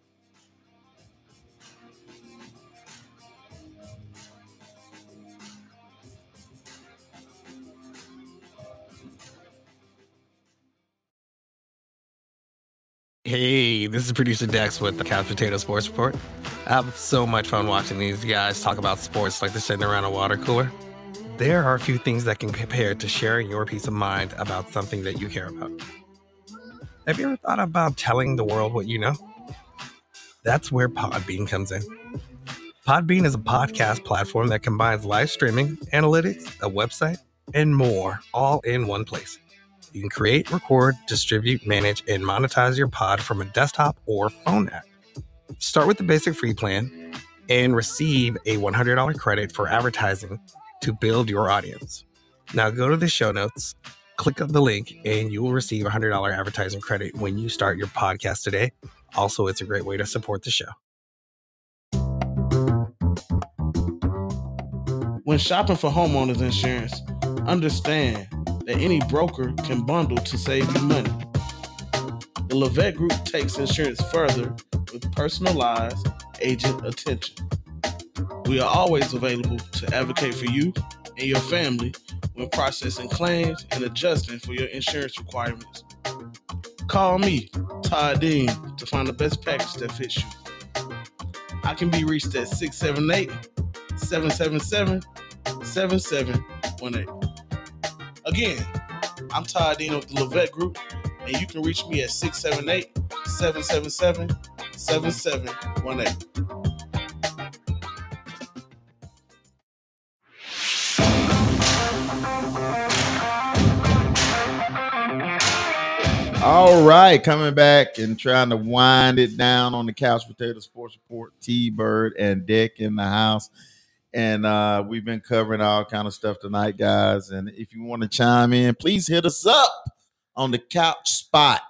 Speaker 2: Hey, this is producer Dex with the Couch Potato Sports Report. I have so much fun watching these guys talk about sports like they're sitting around a water cooler. There are a few things that can compare to sharing your peace of mind about something that you care about. Have you ever thought about telling the world what you know? That's where Podbean comes in. Podbean is a podcast platform that combines live streaming, analytics, a website, and more all in one place. You can create, record, distribute, manage, and monetize your pod from a desktop or phone app. Start with the basic free plan and receive a $100 credit for advertising to build your audience. Now go to the show notes, click on the link, and you will receive $100 advertising credit when you start your podcast today. Also, it's a great way to support the show.
Speaker 4: When shopping for homeowners insurance, understand that any broker can bundle to save you money. The Levette Group takes insurance further with personalized agent attention. We are always available to advocate for you and your family when processing claims and adjusting for your insurance requirements. Call me, Todd Dean, to find the best package that fits you. I can be reached at 678 777 7718. Again, I'm Todd Dean of the Levette Group, and you can reach me at 678 777 7718.
Speaker 1: All right, coming back and trying to wind it down on the couch potato sports report. T Bird and Dick in the house, and uh, we've been covering all kind of stuff tonight, guys. And if you want to chime in, please hit us up on the couch spot.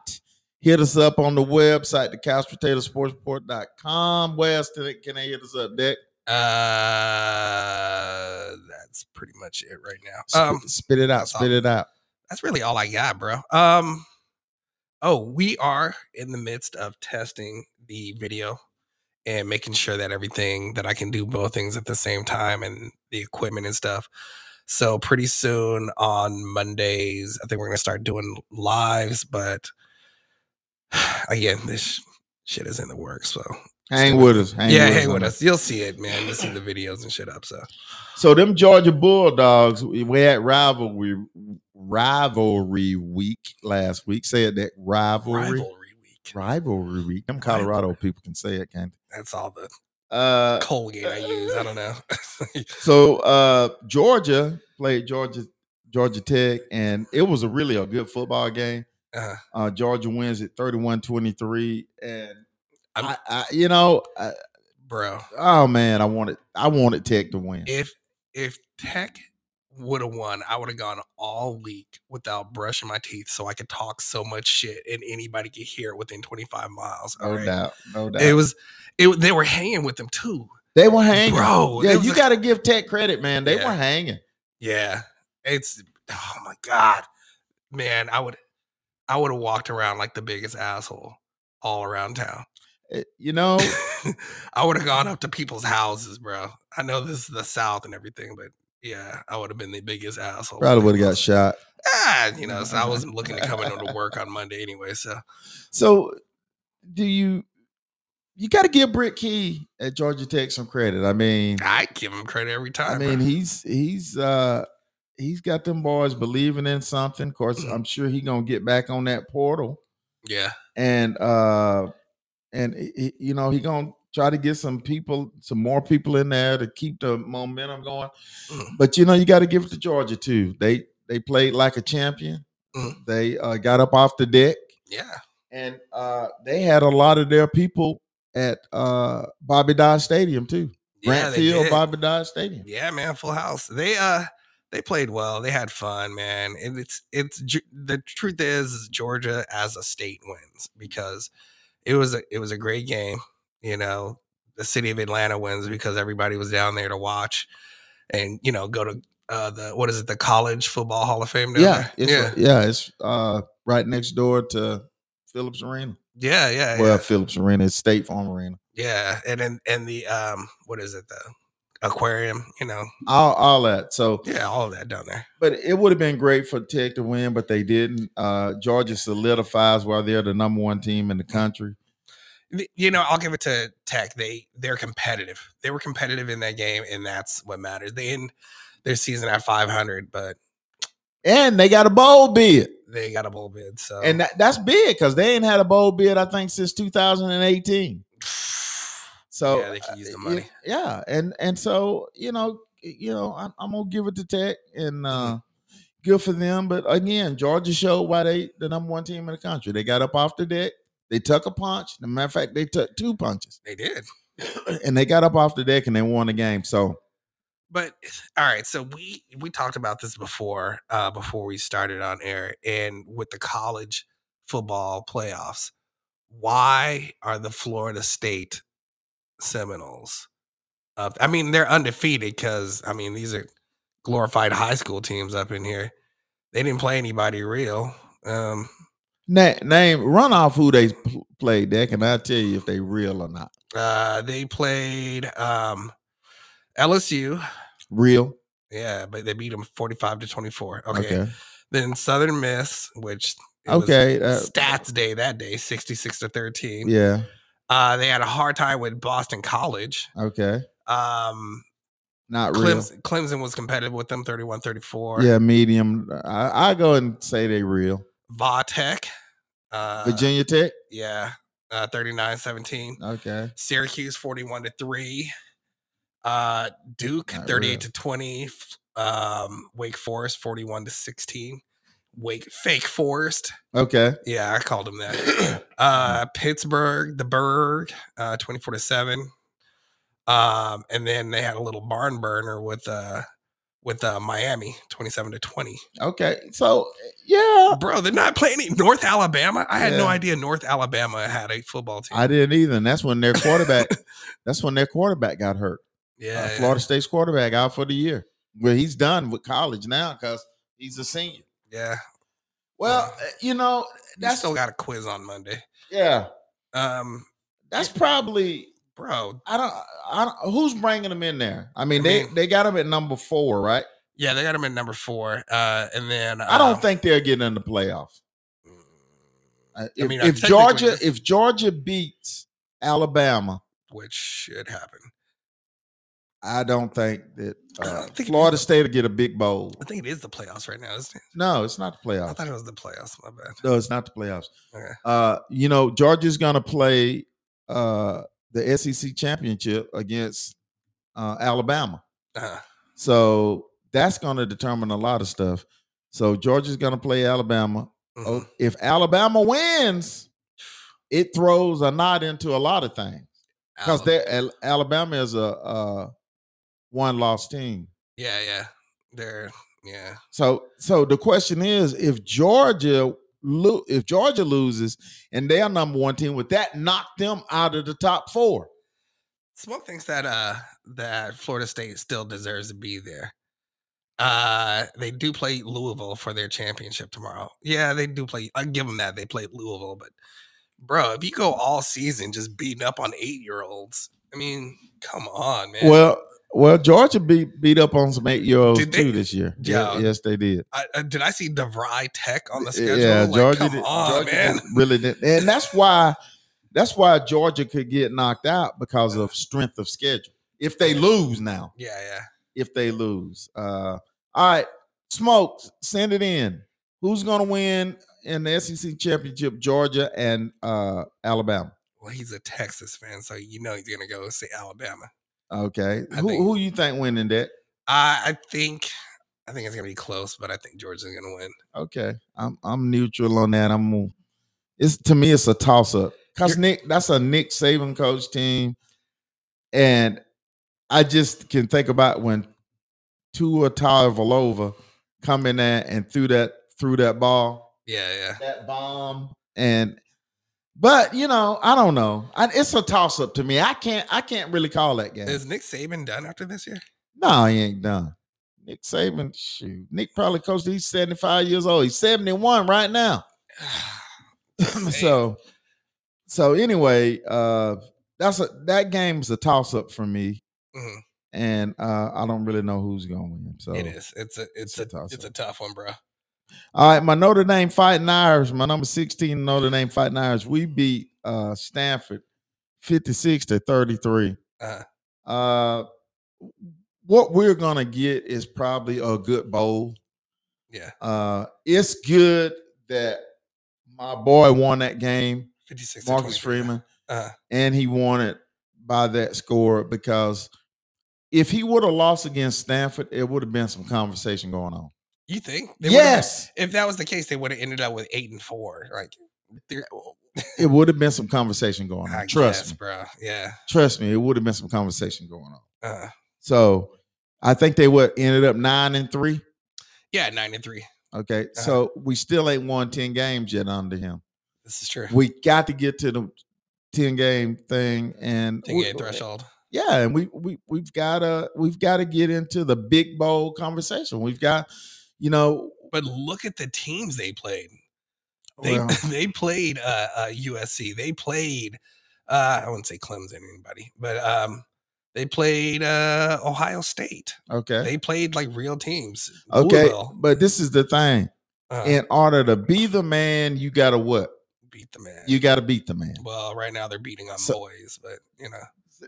Speaker 1: Hit us up on the website, the couchpotatosportsreport.com. Where else can they, can they hit us up, Dick?
Speaker 2: Uh, that's pretty much it right
Speaker 1: Spit,
Speaker 2: now. Um,
Speaker 1: spit it out, spit it out.
Speaker 2: that's really all I got, bro. Um, oh, we are in the midst of testing the video and making sure that everything that I can do both things at the same time and the equipment and stuff. So pretty soon on Mondays, I think we're gonna start doing lives, but again, this shit is in the works. So
Speaker 1: Hang with us. Hang
Speaker 2: yeah,
Speaker 1: with
Speaker 2: hang
Speaker 1: on
Speaker 2: with
Speaker 1: that.
Speaker 2: us. You'll see it, man. You'll see the videos and shit up. So
Speaker 1: So them Georgia Bulldogs, we we had rivalry rivalry week last week. Said that rivalry rivalry,
Speaker 2: rivalry week.
Speaker 1: week. Them Colorado
Speaker 2: Rivalry.
Speaker 1: people can say it, can't
Speaker 2: That's all the
Speaker 1: they? Uh,
Speaker 2: Colgate I use. I don't know.
Speaker 1: so uh, Georgia played Georgia Georgia Tech, and it was a really a good football game.
Speaker 2: uh,
Speaker 1: Uh, Georgia wins at 31-23. and
Speaker 2: I'm-
Speaker 1: I, I, you know, I,
Speaker 2: bro.
Speaker 1: oh man, I wanted I wanted Tech to win.
Speaker 2: if if Tech would have won, I would have gone all week without brushing my teeth, so I could talk so much shit and anybody could hear it within 25 miles.
Speaker 1: no
Speaker 2: all right?
Speaker 1: doubt, no doubt.
Speaker 2: It was, it wa- they were hanging with them too,
Speaker 1: they were hanging.
Speaker 2: bro.
Speaker 1: Yeah,
Speaker 2: it was
Speaker 1: you
Speaker 2: a-
Speaker 1: got to give Tech credit, man. They
Speaker 2: Yeah.
Speaker 1: were hanging.
Speaker 2: yeah. It's oh my god, man. I would, I would have walked around like the biggest asshole all around town.
Speaker 1: Eh, You know,
Speaker 2: I would have gone up to people's houses, bro. I know this is the South and everything, but yeah, I would have been the biggest asshole.
Speaker 1: Probably would have got shot.
Speaker 2: Ah, you know,
Speaker 1: Uh-huh.
Speaker 2: so I wasn't looking to come into work on Monday anyway. So
Speaker 1: So, do you? You got to give Britt Key at Georgia Tech some credit. I mean,
Speaker 2: I give him credit every time.
Speaker 1: I mean,
Speaker 2: bro.
Speaker 1: he's he's uh he's got them boys believing in something. Of course,
Speaker 2: Mm.
Speaker 1: I'm sure he gonna get back on that portal
Speaker 2: yeah,
Speaker 1: and uh and he- he- you know he gonna try to get some people, some more people in there to keep the momentum going.
Speaker 2: Mhm.
Speaker 1: But you know, you got to give it to Georgia too. They they played like a champion.
Speaker 2: Mhm.
Speaker 1: They uh, got up off the deck
Speaker 2: yeah,
Speaker 1: and uh they had a lot of their people at uh Bobby Dodd Stadium too.
Speaker 2: yeah,
Speaker 1: Grant
Speaker 2: they
Speaker 1: Field,
Speaker 2: did.
Speaker 1: Bobby Dodd Stadium.
Speaker 2: Yeah, man, Full House. They uh they played well. They had fun, man. And it's it's Ge- the truth is is Georgia as a state wins because it was a it was a great game. You know, the city of Atlanta wins because everybody was down there to watch and you know go to uh the what is it the College Football Hall of Fame? down
Speaker 1: Yeah,
Speaker 2: there?
Speaker 1: it's
Speaker 2: yeah,
Speaker 1: yeah. yeah, it's uh, right next door to Phillips Arena.
Speaker 2: yeah, yeah,
Speaker 1: Well,
Speaker 2: yeah.
Speaker 1: Phillips Arena is State Farm Arena.
Speaker 2: yeah. And then and the um what is it the aquarium? You know,
Speaker 1: All, all that. So,
Speaker 2: yeah, all of that down there.
Speaker 1: but it would have been great for Tech to win, but they didn't. Uh, Georgia solidifies why they're the number one team in the country.
Speaker 2: Th- you know i'll give it to tech they they're competitive they were competitive in that game and that's what matters they end their season at 500 but
Speaker 1: And they got a bowl bid,
Speaker 2: they got a bowl bid so
Speaker 1: and that, that's big because they ain't had a bowl bid I think since 2018. So
Speaker 2: Yeah, they can
Speaker 1: uh,
Speaker 2: use the
Speaker 1: it-
Speaker 2: money.
Speaker 1: yeah, and and so you know, you know, I'm, I'm gonna give it to Tech, and uh,
Speaker 2: Mm-hmm.
Speaker 1: good for them. But again, Georgia showed why they the number one team in the country. They got up off the deck. They took a punch. As a matter of fact, they took two punches,
Speaker 2: they did
Speaker 1: and they got up off the deck and they won the game. So
Speaker 2: but all right so we we talked about this before uh before we started on air and with the college football playoffs why are the florida state seminoles up i mean they're undefeated because i mean these are glorified high school teams up in here they didn't play anybody real um
Speaker 1: na- name run off who they pl- played deck, and I'll tell you if they real or not.
Speaker 2: uh they played um lsu
Speaker 1: Real.
Speaker 2: yeah but they beat them 45 to 24 okay. Then Southern Miss, which it was
Speaker 1: Okay, uh,
Speaker 2: stats day that day, sixty six to thirteen.
Speaker 1: Yeah.
Speaker 2: Uh, they had a hard time with Boston College.
Speaker 1: Okay.
Speaker 2: Um,
Speaker 1: Not real.
Speaker 2: Clemson, Clemson was competitive with them, 31-34.
Speaker 1: Yeah, medium. I, I go and say they real.
Speaker 2: Va Tech, uh,
Speaker 1: Virginia Tech.
Speaker 2: yeah, uh, 39-17.
Speaker 1: Okay.
Speaker 2: Syracuse, forty-one to three. Uh, Duke,
Speaker 1: Not
Speaker 2: thirty-eight
Speaker 1: real.
Speaker 2: to twenty. F- Um, Wake Forest, forty-one to sixteen. Wake fake Forest,
Speaker 1: Okay.
Speaker 2: Yeah, I called him that. uh Pittsburgh, the Berg, uh 24 to 7. Um, and then they had a little barn burner with uh with uh Miami, 27 to 20.
Speaker 1: Okay. So yeah.
Speaker 2: Bro, they're not playing any- North Alabama. I had no
Speaker 1: Oh. Yeah.
Speaker 2: idea North Alabama had a football team.
Speaker 1: I didn't either. And that's when their quarterback that's when their quarterback got hurt. Uh,
Speaker 2: yeah,
Speaker 1: Florida State's quarterback out for the year. Well, he's done with college now because he's a senior.
Speaker 2: yeah.
Speaker 1: Well,
Speaker 2: Yeah.
Speaker 1: uh, you know,
Speaker 2: That's
Speaker 1: that's
Speaker 2: still got a quiz on Monday.
Speaker 1: yeah.
Speaker 2: Um,
Speaker 1: That's probably
Speaker 2: bro,
Speaker 1: I don't I don't who's bringing them in there. I mean,
Speaker 2: I
Speaker 1: they
Speaker 2: mean-
Speaker 1: they got them at number 4, right?
Speaker 2: yeah, they got him at number 4. Uh and then
Speaker 1: I
Speaker 2: um,
Speaker 1: don't think they're getting in the playoffs. Uh, If,
Speaker 2: Mm, mean, uh,
Speaker 1: if
Speaker 2: technically
Speaker 1: Georgia
Speaker 2: it's-
Speaker 1: if Georgia beats Alabama,
Speaker 2: which should happen.
Speaker 1: I don't think that
Speaker 2: I don't
Speaker 1: uh,
Speaker 2: think it is,
Speaker 1: Florida
Speaker 2: though.
Speaker 1: State will get a big bowl.
Speaker 2: I think it is the playoffs right now, isn't it?
Speaker 1: No, it's not the
Speaker 2: I
Speaker 1: playoffs.
Speaker 2: thought it was the playoffs. My bad.
Speaker 1: No, it's not the playoffs.
Speaker 2: Okay.
Speaker 1: Uh, you know, Georgia's going to play uh, the SEC championship against uh, Alabama.
Speaker 2: Uh,
Speaker 1: So that's going to determine a lot of stuff. So Georgia's going to play Alabama.
Speaker 2: mhm.
Speaker 1: Oh, If Alabama wins, it throws a knot into a lot of things because
Speaker 2: Alab-
Speaker 1: Alabama is a, a one loss team.
Speaker 2: yeah, yeah, they're yeah,
Speaker 1: So so the question is if Georgia lo- if Georgia loses and they're number one team, would that knock them out of the top four?
Speaker 2: Smoke thinks that uh that Florida State still deserves to be there. Uh, they do play Louisville for their championship tomorrow. Yeah, they do play. I give them that they played Louisville, but bro, if you go all season just beating up on eight year olds, I mean, come on, man.
Speaker 1: Well, Well, Georgia beat beat up on some eight year olds
Speaker 2: Did they?
Speaker 1: too this year.
Speaker 2: Yeah.
Speaker 1: Yes, they did.
Speaker 2: I, I, did I see DeVry Tech on the schedule?
Speaker 1: Eh, Yeah,
Speaker 2: Like,
Speaker 1: Georgia,
Speaker 2: come
Speaker 1: did,
Speaker 2: on,
Speaker 1: Georgia
Speaker 2: man.
Speaker 1: did- really did, and that's why that's why Georgia could get knocked out because of strength of schedule. If they lose now,
Speaker 2: Yeah, yeah.
Speaker 1: if they lose, uh, all right, smoke, send it in. Who's gonna win in the SEC championship? Georgia and uh, Alabama.
Speaker 2: Well, he's a Texas fan, so you know he's gonna go see Alabama.
Speaker 1: Okay,
Speaker 2: I
Speaker 1: who
Speaker 2: think-
Speaker 1: who you think winning that?
Speaker 2: I, I think, I think it's gonna be close, but I think Georgia's gonna win.
Speaker 1: Okay, I'm I'm neutral on that. I'm gonna- it's to me it's a toss up because
Speaker 2: You're-
Speaker 1: Nick that's a Nick Saban coach team, and I just can think about when Tua Tagovailoa come in there and threw that threw that ball
Speaker 2: Yeah, yeah.
Speaker 1: that bomb and but you know I don't know I, it's a toss up to me. I can't I can't really call that game.
Speaker 2: Is Nick Saban done after this year?
Speaker 1: No, he ain't done. Nick Saban, shoot. Nick probably coached. He's 75 years old. He's 71 right now. so so anyway, uh that's a that game's a toss-up for me.
Speaker 2: Mhm.
Speaker 1: And uh I don't really know who's gonna win. So
Speaker 2: It is. It's a. It's,
Speaker 1: it's a
Speaker 2: a. it's a
Speaker 1: toss-up.
Speaker 2: tough one, bro.
Speaker 1: all right, my Notre Dame Fighting Irish, my number 16 Notre Dame Fighting Irish. We beat uh Stanford 56 to 33.
Speaker 2: Uh,
Speaker 1: Uh what we're gonna get is probably a good bowl.
Speaker 2: yeah,
Speaker 1: Uh, it's good that my boy won that game,
Speaker 2: fifty-six. to
Speaker 1: Marcus
Speaker 2: 23.
Speaker 1: Freeman,
Speaker 2: Uh,
Speaker 1: and he won it by that score because if he would have lost against Stanford, it would have been some conversation going on.
Speaker 2: you think? They would've-
Speaker 1: yes,
Speaker 2: If that was the case, they would have ended up with eight and four. Like, they're- oh,
Speaker 1: it would have been some conversation going on.
Speaker 2: I
Speaker 1: Mm, Trust
Speaker 2: guess,
Speaker 1: me,
Speaker 2: bro. Yeah.
Speaker 1: trust me, it would have been some conversation going on.
Speaker 2: Uh,
Speaker 1: So I think they would ended up nine and three.
Speaker 2: yeah, nine and three.
Speaker 1: Okay,
Speaker 2: Uh-huh.
Speaker 1: so we still ain't won ten games yet under him.
Speaker 2: This is true.
Speaker 1: We got to get to the ten game thing, and
Speaker 2: Think
Speaker 1: we-
Speaker 2: a threshold.
Speaker 1: yeah, and we we we've got to we've got to get into the big bowl conversation. We've got, you know,
Speaker 2: But look at the teams they played. They
Speaker 1: well,
Speaker 2: they played uh, uh, USC. They played. Uh, I wouldn't say Clemson anybody, but um, they played uh, Ohio State.
Speaker 1: okay,
Speaker 2: They played like real teams.
Speaker 1: Eh? okay,
Speaker 2: Louisville,
Speaker 1: but this is the thing.
Speaker 2: uh,
Speaker 1: In order to be the man, you got to what?
Speaker 2: beat the man.
Speaker 1: You got to beat the man.
Speaker 2: well, right now they're beating on
Speaker 1: So-
Speaker 2: boys, but you know.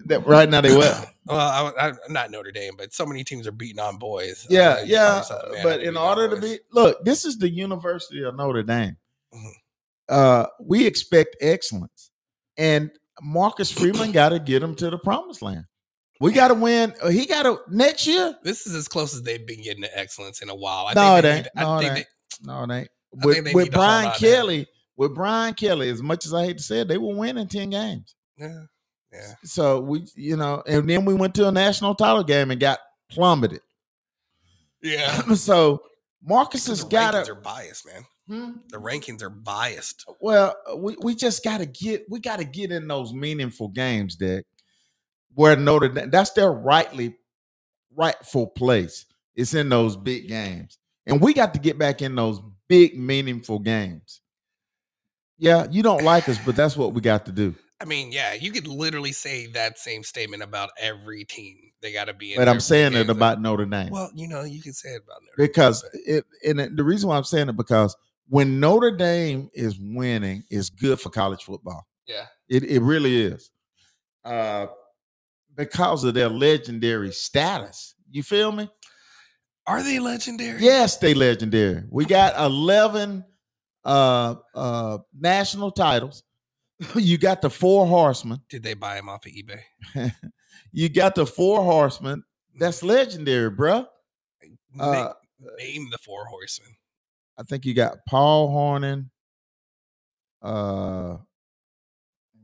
Speaker 1: That right now they what?
Speaker 2: Well, I, I, not Notre Dame, but so many teams are beating on boys. I mean,
Speaker 1: Yeah,
Speaker 2: you call
Speaker 1: yeah.
Speaker 2: yourself a man
Speaker 1: But
Speaker 2: after
Speaker 1: in
Speaker 2: beating on
Speaker 1: order to
Speaker 2: boys.
Speaker 1: be look, this is the University of Notre Dame.
Speaker 2: Mhm.
Speaker 1: Uh, we expect excellence, and Marcus Freeman got to get him to the promised land. We got to win. uh, He got to next year.
Speaker 2: this is as close as they've been getting to excellence in a while. I
Speaker 1: No,
Speaker 2: think
Speaker 1: it
Speaker 2: they
Speaker 1: ain't.
Speaker 2: need- I
Speaker 1: No, it
Speaker 2: think
Speaker 1: ain't.
Speaker 2: they-
Speaker 1: No, it ain't.
Speaker 2: I
Speaker 1: With,
Speaker 2: think they
Speaker 1: with
Speaker 2: need to hold
Speaker 1: Brian
Speaker 2: on to him.
Speaker 1: Kelly, with Brian Kelly, as much as I hate to say it, they were winning 10 games.
Speaker 2: Yeah. Yeah.
Speaker 1: So we, you know, and then we went to a national title game and got plummeted.
Speaker 2: Yeah.
Speaker 1: so Marcus
Speaker 2: The
Speaker 1: has
Speaker 2: rankings
Speaker 1: gotta
Speaker 2: are biased, man.
Speaker 1: hmm?
Speaker 2: The rankings are biased.
Speaker 1: well, uh, we, we just gotta get we gotta get in those meaningful games, Dick. Where Notre Dame that's their rightly rightful place. It's in those big games. And we got to get back in those big meaningful games. Yeah, you don't like us, but that's what we got to do.
Speaker 2: I mean, yeah, you could literally say that same statement about every team. They got to be. in
Speaker 1: But
Speaker 2: there
Speaker 1: I'm
Speaker 2: for
Speaker 1: saying it
Speaker 2: games.
Speaker 1: about Notre Dame.
Speaker 2: Well, you know, you can say it about Notre Dame,
Speaker 1: because
Speaker 2: but
Speaker 1: it and it- the reason why I'm saying it because when Notre Dame is winning, it's good for college football.
Speaker 2: Yeah.
Speaker 1: it it really is, uh, because of their legendary status. You feel me?
Speaker 2: are they legendary?
Speaker 1: Yes, they legendary. We got eleven uh, uh, national titles. You got the four horsemen.
Speaker 2: Did they buy him off of eBay?
Speaker 1: You got the four horsemen. That's legendary, bruh.
Speaker 2: Na-
Speaker 1: Uh,
Speaker 2: name the four horsemen.
Speaker 1: I think you got Paul Horning. Uh, let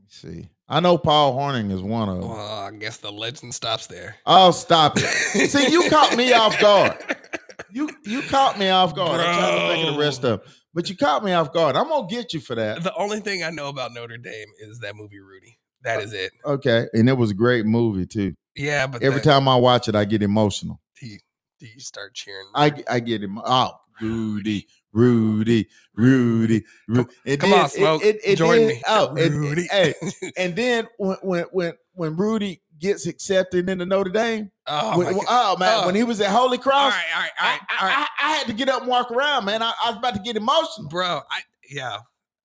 Speaker 1: me see. I know Paul Horning is one of them.
Speaker 2: Well, I guess the legend stops there.
Speaker 1: Oh, stop it! See, you caught me off guard. You you caught me off guard. I'm trying to think of the
Speaker 2: Bro.
Speaker 1: rest of 'em, but you caught me off guard. I'm gonna get you for that.
Speaker 2: The only thing I know about Notre Dame is that movie Rudy. That
Speaker 1: Uh,
Speaker 2: is it.
Speaker 1: Okay, and it was a great movie too.
Speaker 2: Yeah, but
Speaker 1: Every
Speaker 2: that-
Speaker 1: time I watch it, I get emotional.
Speaker 2: do you start cheering?
Speaker 1: I g- I get him. Oh, Rudy, Rudy, Rudy, Rudy.
Speaker 2: Come on, Smoke. Join me.
Speaker 1: Oh, and-
Speaker 2: Rudy.
Speaker 1: hey, And then when when when when Rudy gets accepted into Notre Dame.
Speaker 2: Oh,
Speaker 1: when,
Speaker 2: my God.
Speaker 1: oh man,
Speaker 2: Oh.
Speaker 1: when he was at Holy
Speaker 2: all
Speaker 1: Cross,
Speaker 2: right, all right, all
Speaker 1: I,
Speaker 2: right, all right,
Speaker 1: I, I, I had to get up and walk around, man. I, I was about to get emotional.
Speaker 2: bro. I yeah,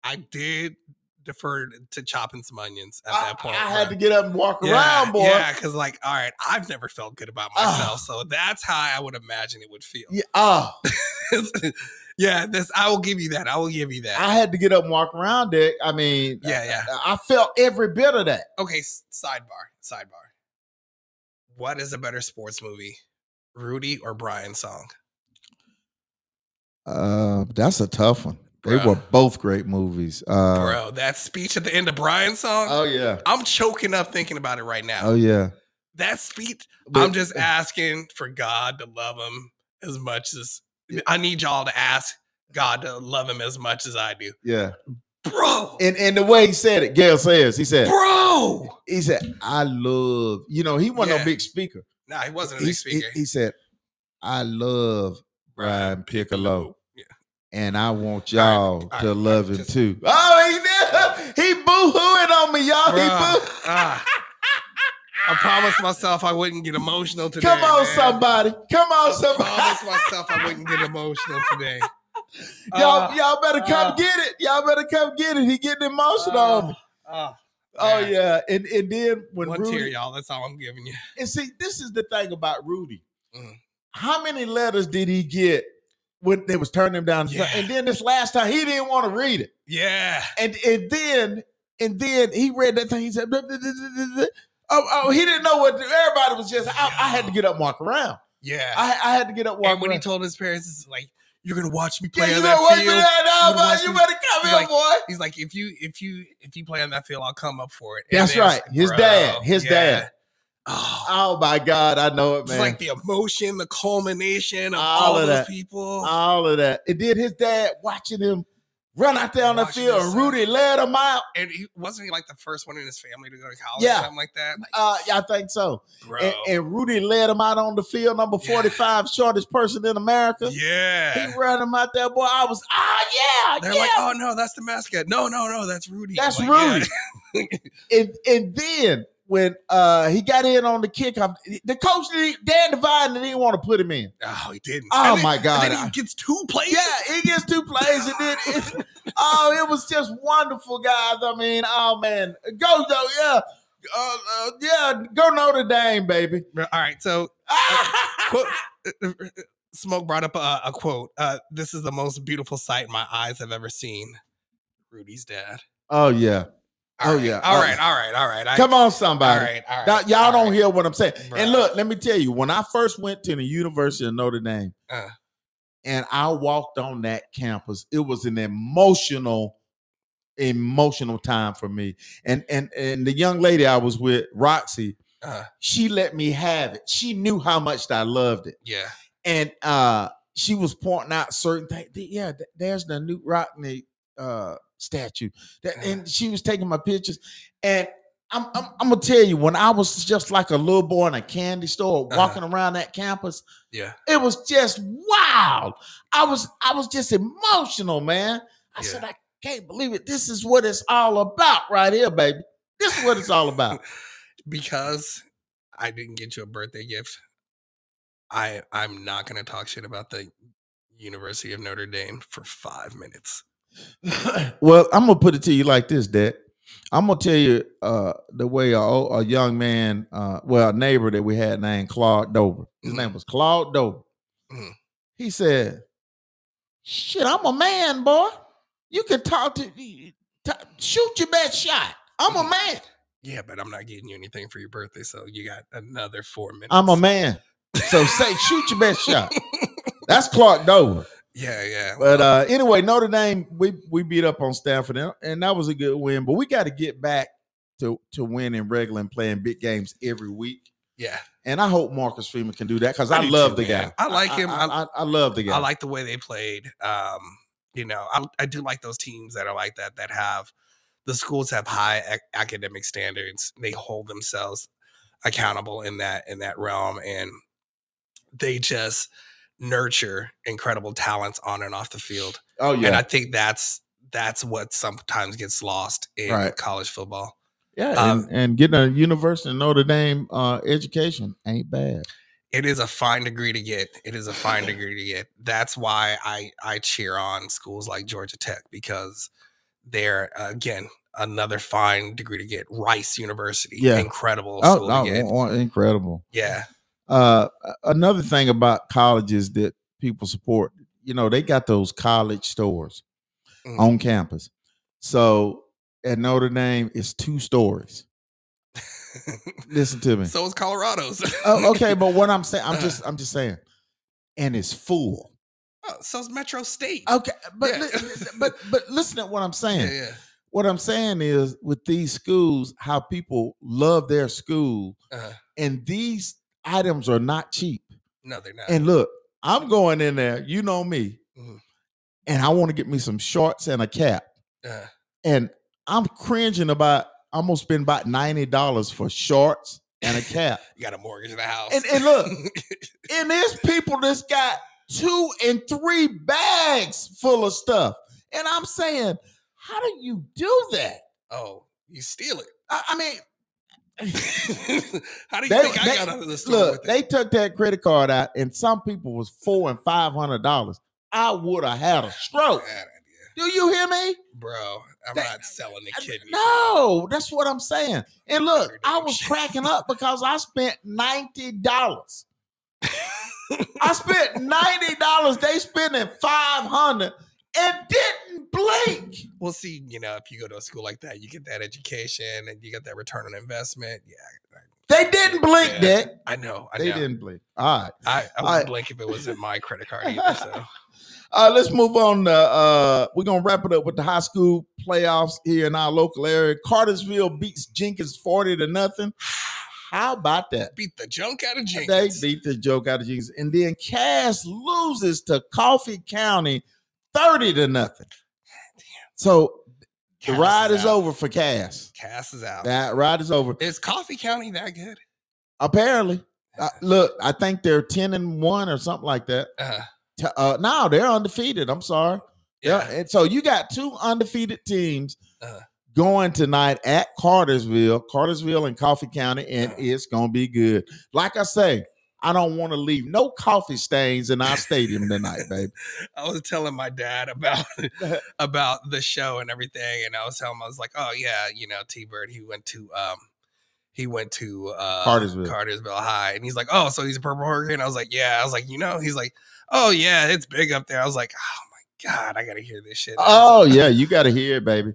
Speaker 2: I did defer to chopping some onions at
Speaker 1: I,
Speaker 2: that point.
Speaker 1: I
Speaker 2: bro.
Speaker 1: had to get up and walk around, boy.
Speaker 2: Yeah, because like, all right, I've never felt good about
Speaker 1: Ah.
Speaker 2: myself, so that's how I would imagine it would feel.
Speaker 1: Yeah, oh,
Speaker 2: yeah, this I will give you that. I will give you that.
Speaker 1: I had to get up and walk around it. I mean,
Speaker 2: yeah, yeah.
Speaker 1: I, I felt every bit of that.
Speaker 2: Okay, s- sidebar, sidebar. What is a better sports movie, Rudy or Brian's song?
Speaker 1: Uh, that's a tough one. They
Speaker 2: Bruh.
Speaker 1: were both great movies. Uh,
Speaker 2: Bro, that speech at the end of Brian's song,
Speaker 1: oh yeah,
Speaker 2: I'm choking up thinking about it right now.
Speaker 1: oh yeah.
Speaker 2: that speech,
Speaker 1: But-
Speaker 2: I'm just asking for God to love him as much as I need y'all to ask God to love him as much as I do,
Speaker 1: yeah.
Speaker 2: bro.
Speaker 1: And and the way he said it, Gail says he said
Speaker 2: bro.
Speaker 1: he said I love. You know, he wasn't
Speaker 2: Yeah.
Speaker 1: no big speaker.
Speaker 2: Nah, he wasn't a
Speaker 1: He,
Speaker 2: big speaker.
Speaker 1: he- he said, "I love Brian Piccolo."
Speaker 2: Yeah.
Speaker 1: and I want
Speaker 2: All right,
Speaker 1: y'all
Speaker 2: all right,
Speaker 1: to
Speaker 2: all
Speaker 1: love
Speaker 2: right,
Speaker 1: him
Speaker 2: just-
Speaker 1: too. Oh, he did. He boo hooing on me, y'all.
Speaker 2: Bruh,
Speaker 1: He boo.
Speaker 2: ah. I promised myself I wouldn't get emotional today.
Speaker 1: Come on,
Speaker 2: man.
Speaker 1: somebody. Come on,
Speaker 2: I
Speaker 1: somebody.
Speaker 2: promised myself I wouldn't get emotional today.
Speaker 1: y'all, y'all better come
Speaker 2: uh.
Speaker 1: get it. Y'all better come get it. He getting emotional on me. Oh
Speaker 2: man.
Speaker 1: yeah, and and then when
Speaker 2: One tear,
Speaker 1: Rudy
Speaker 2: y'all. That's all I'm giving you.
Speaker 1: and see, this is the thing about Rudy.
Speaker 2: Mhm.
Speaker 1: How many letters did he get when they was turning him down?
Speaker 2: Yeah.
Speaker 1: And then this last time he didn't want to read it,
Speaker 2: Yeah.
Speaker 1: and and then and then he read that thing. He said, "Blah, blah, blah, blah, blah." "Oh, oh, he didn't know what." Everybody was just. I, I had to get up, and walk around.
Speaker 2: Yeah.
Speaker 1: I, I had to get up, walk
Speaker 2: and when he
Speaker 1: around.
Speaker 2: told his parents, it's like, "You're gonna watch me
Speaker 1: Yeah,
Speaker 2: play
Speaker 1: you
Speaker 2: on
Speaker 1: better
Speaker 2: that
Speaker 1: wait for
Speaker 2: field."
Speaker 1: that,
Speaker 2: You watch
Speaker 1: boy. You
Speaker 2: me-
Speaker 1: better come
Speaker 2: He's
Speaker 1: here,
Speaker 2: like-
Speaker 1: boy.
Speaker 2: He's like, "If you, if you, if you play on that field, I'll come up for it." And
Speaker 1: That's
Speaker 2: then it's
Speaker 1: right.
Speaker 2: like,
Speaker 1: His
Speaker 2: bro,
Speaker 1: dad. His
Speaker 2: yeah.
Speaker 1: dad.
Speaker 2: Oh,
Speaker 1: Oh my God, I know it,
Speaker 2: it's
Speaker 1: man.
Speaker 2: like the emotion, the culmination of
Speaker 1: All
Speaker 2: all,
Speaker 1: of
Speaker 2: those
Speaker 1: that. Uh,
Speaker 2: people.
Speaker 1: all of that. And then his dad watching him run out there on the
Speaker 2: Watching
Speaker 1: field,
Speaker 2: his
Speaker 1: and
Speaker 2: son.
Speaker 1: Rudy led him out.
Speaker 2: and he wasn't he like the first one in his family to go to college
Speaker 1: Yeah.
Speaker 2: or something like that. Like,
Speaker 1: Uh, I think so.
Speaker 2: bro.
Speaker 1: And, and Rudy led him out on the field, number
Speaker 2: Yeah.
Speaker 1: 45, shortest person in America.
Speaker 2: yeah.
Speaker 1: He ran him out there, boy. I was, ah, yeah,
Speaker 2: They're
Speaker 1: yeah.
Speaker 2: like, "Oh no, that's the mascot." No, no, no, that's Rudy.
Speaker 1: That's
Speaker 2: Like,
Speaker 1: Rudy.
Speaker 2: yeah.
Speaker 1: and, and then when uh, he got in on the kickoff, the coach, didn't- e, Dan Devine, didn't want to put him in.
Speaker 2: Oh, he didn't.
Speaker 1: Oh,
Speaker 2: And then-
Speaker 1: my
Speaker 2: And
Speaker 1: God.
Speaker 2: then he gets two plays.
Speaker 1: Yeah, he gets two plays, and then it, oh, it was just wonderful, guys. I mean, oh man, go though, yeah, uh, uh, yeah, go Notre Dame, baby.
Speaker 2: Bro, All right, so quote, uh, Smoke brought up a, a quote. Uh, this is the most beautiful sight my eyes have ever seen. Rudy's dad.
Speaker 1: oh yeah,
Speaker 2: All
Speaker 1: Oh,
Speaker 2: right,
Speaker 1: yeah.
Speaker 2: All
Speaker 1: Oh.
Speaker 2: right. All right. All right. I-
Speaker 1: come on,
Speaker 2: All
Speaker 1: somebody.
Speaker 2: right. All right.
Speaker 1: Now, y'all
Speaker 2: all
Speaker 1: don't
Speaker 2: right.
Speaker 1: hear what I'm saying. And
Speaker 2: Bruh.
Speaker 1: look, let me tell you, when I first went to the University of Notre Dame,
Speaker 2: Uh.
Speaker 1: and I walked on that campus, it was an emotional, emotional time for me. And and and the young lady I was with, Roxy,
Speaker 2: Uh,
Speaker 1: she let me have it. She knew how much I loved it.
Speaker 2: yeah.
Speaker 1: And uh she was pointing out certain things. Th- Yeah, th- there's the Newt Rockney uh statue. That
Speaker 2: Yeah.
Speaker 1: and she was taking my pictures. And I'm, I'm I'm gonna tell you, when I was just like a little boy in a candy store
Speaker 2: Uh-huh.
Speaker 1: walking around that campus,
Speaker 2: Yeah.
Speaker 1: it was just wild. I was I was just emotional, man. I
Speaker 2: Yeah.
Speaker 1: said, I can't believe it. This is what it's all about right here, baby. This is what it's all about.
Speaker 2: Because I didn't get you a birthday gift. I I'm not gonna talk shit about the University of Notre Dame for five minutes.
Speaker 1: well, I'm gonna put it to you like this, Dad. I'm gonna tell you uh, the way a, o- a young man, uh, well, a neighbor that we had named Claude Dover. His
Speaker 2: Mhm.
Speaker 1: name was Claude Dover.
Speaker 2: Mhm.
Speaker 1: He said, "Shit, I'm a man, boy. You can talk to, t- shoot your best shot. I'm a
Speaker 2: Mhm.
Speaker 1: man.
Speaker 2: Yeah, but I'm not getting you anything for your birthday, so you got another four minutes.
Speaker 1: I'm a man. So say, shoot your best shot. That's Clark Dover."
Speaker 2: Yeah, yeah.
Speaker 1: But uh, anyway, Notre Dame, we we beat up on Stanford, and- and that was a good win. But we got to get back to to winning regular and playing big games every week.
Speaker 2: yeah.
Speaker 1: And I hope Marcus Freeman can do that because
Speaker 2: I
Speaker 1: I,
Speaker 2: do
Speaker 1: love
Speaker 2: too,
Speaker 1: the
Speaker 2: man.
Speaker 1: guy.
Speaker 2: I like him.
Speaker 1: I, I, I love the guy.
Speaker 2: I like the way they played. Um, you know, I, I do like those teams that are like that that have the schools have high ac- academic standards. They hold themselves accountable in that in that realm, and they just nurture incredible talents on and off the field.
Speaker 1: Oh
Speaker 2: And
Speaker 1: yeah,
Speaker 2: I think that's that's what sometimes gets lost in
Speaker 1: Right.
Speaker 2: college football.
Speaker 1: Yeah,
Speaker 2: Um,
Speaker 1: and, and getting a University of Notre Dame uh, education ain't bad.
Speaker 2: it is a fine degree to get. It is a fine degree to get. That's why I I cheer on schools like Georgia Tech because they're uh, again another fine degree to get. Rice University,
Speaker 1: Yeah.
Speaker 2: incredible
Speaker 1: Oh,
Speaker 2: school to get.
Speaker 1: oh, oh, incredible.
Speaker 2: Yeah,
Speaker 1: Uh, another thing about colleges that people support, you know, they got those college stores
Speaker 2: Mm.
Speaker 1: on campus. So at Notre Dame, it's two stories. Listen to me.
Speaker 2: so is Colorado's.
Speaker 1: oh, okay, but what I'm saying, I'm
Speaker 2: Uh.
Speaker 1: just, I'm just saying, and it's full.
Speaker 2: Oh, so is Metro State.
Speaker 1: Okay, but
Speaker 2: Yeah.
Speaker 1: li- but but listen to what I'm saying.
Speaker 2: yeah, yeah.
Speaker 1: What I'm saying is with these schools, how people love their school,
Speaker 2: Uh,
Speaker 1: and these items are not cheap.
Speaker 2: no, they're not.
Speaker 1: And look, I'm going in there, you know me,
Speaker 2: Mhm.
Speaker 1: and I want to get me some shorts and a cap.
Speaker 2: uh,
Speaker 1: And I'm cringing about I'm gonna spend about $90 for shorts and a cap.
Speaker 2: you got a mortgage in the house.
Speaker 1: And- and look, and there's people that's got two and three bags full of stuff. And I'm saying, how do you do that?
Speaker 2: oh, you steal it.
Speaker 1: I, I mean,
Speaker 2: How do you
Speaker 1: They-
Speaker 2: think
Speaker 1: they-
Speaker 2: I got out of the store?
Speaker 1: look,
Speaker 2: with it?
Speaker 1: they took that credit card out, and some people was four and five hundred dollars. I would have had a stroke.
Speaker 2: Bad idea.
Speaker 1: Do you hear me?
Speaker 2: bro. I'm
Speaker 1: That-
Speaker 2: not selling the kidney.
Speaker 1: No, that's what I'm saying. And look, I was
Speaker 2: Redemption.
Speaker 1: cracking up because I spent ninety dollars. I spent ninety dollars. They spending five hundred and didn't blink.
Speaker 2: We'll see. You know, if you go to a school like that, you get that education and you get that return on investment. Yeah,
Speaker 1: They didn't blink,
Speaker 2: Yeah,
Speaker 1: Dick.
Speaker 2: I know. I
Speaker 1: They
Speaker 2: know.
Speaker 1: didn't blink. All right.
Speaker 2: I, I
Speaker 1: I-
Speaker 2: wouldn't blink if it wasn't my credit card either. So
Speaker 1: Uh, let's move on. To, uh, we're gonna wrap it up with the high school playoffs here in our local area. Cartersville beats Jenkins forty to nothing. How about that?
Speaker 2: beat the junk out of
Speaker 1: They
Speaker 2: Jenkins.
Speaker 1: beat the joke out of Jenkins, and then Cass loses to Coffee County thirty to nothing. So the
Speaker 2: Cass
Speaker 1: ride is
Speaker 2: out.
Speaker 1: over for Cass.
Speaker 2: Cass is out.
Speaker 1: That ride is over.
Speaker 2: Is Coffee County that good?
Speaker 1: Apparently, Uh, look, I think they're ten and one or something like that.
Speaker 2: Uh,
Speaker 1: T- Uh, no, they're undefeated. I'm sorry. Yeah.
Speaker 2: yeah.
Speaker 1: And so you got two undefeated teams
Speaker 2: Uh-huh.
Speaker 1: going tonight at Cartersville, Cartersville and Coffee County, and
Speaker 2: Uh-huh.
Speaker 1: it's going to be good. Like I say, I don't want to leave no coffee stains in our stadium tonight, baby.
Speaker 2: I was telling my dad about about the show and everything, and I was telling him I was like, "Oh yeah, you know, T Bird, he went to um, he went to uh,
Speaker 1: Cartersville.
Speaker 2: Cartersville High, and he's like, "Oh, so he's a purple hurricane?" I was like, "Yeah." I was like, "You know," he's like, "Oh yeah, it's big up there." I was like, "Oh my god, I gotta hear this shit."
Speaker 1: Oh, yeah, you got to hear it, baby.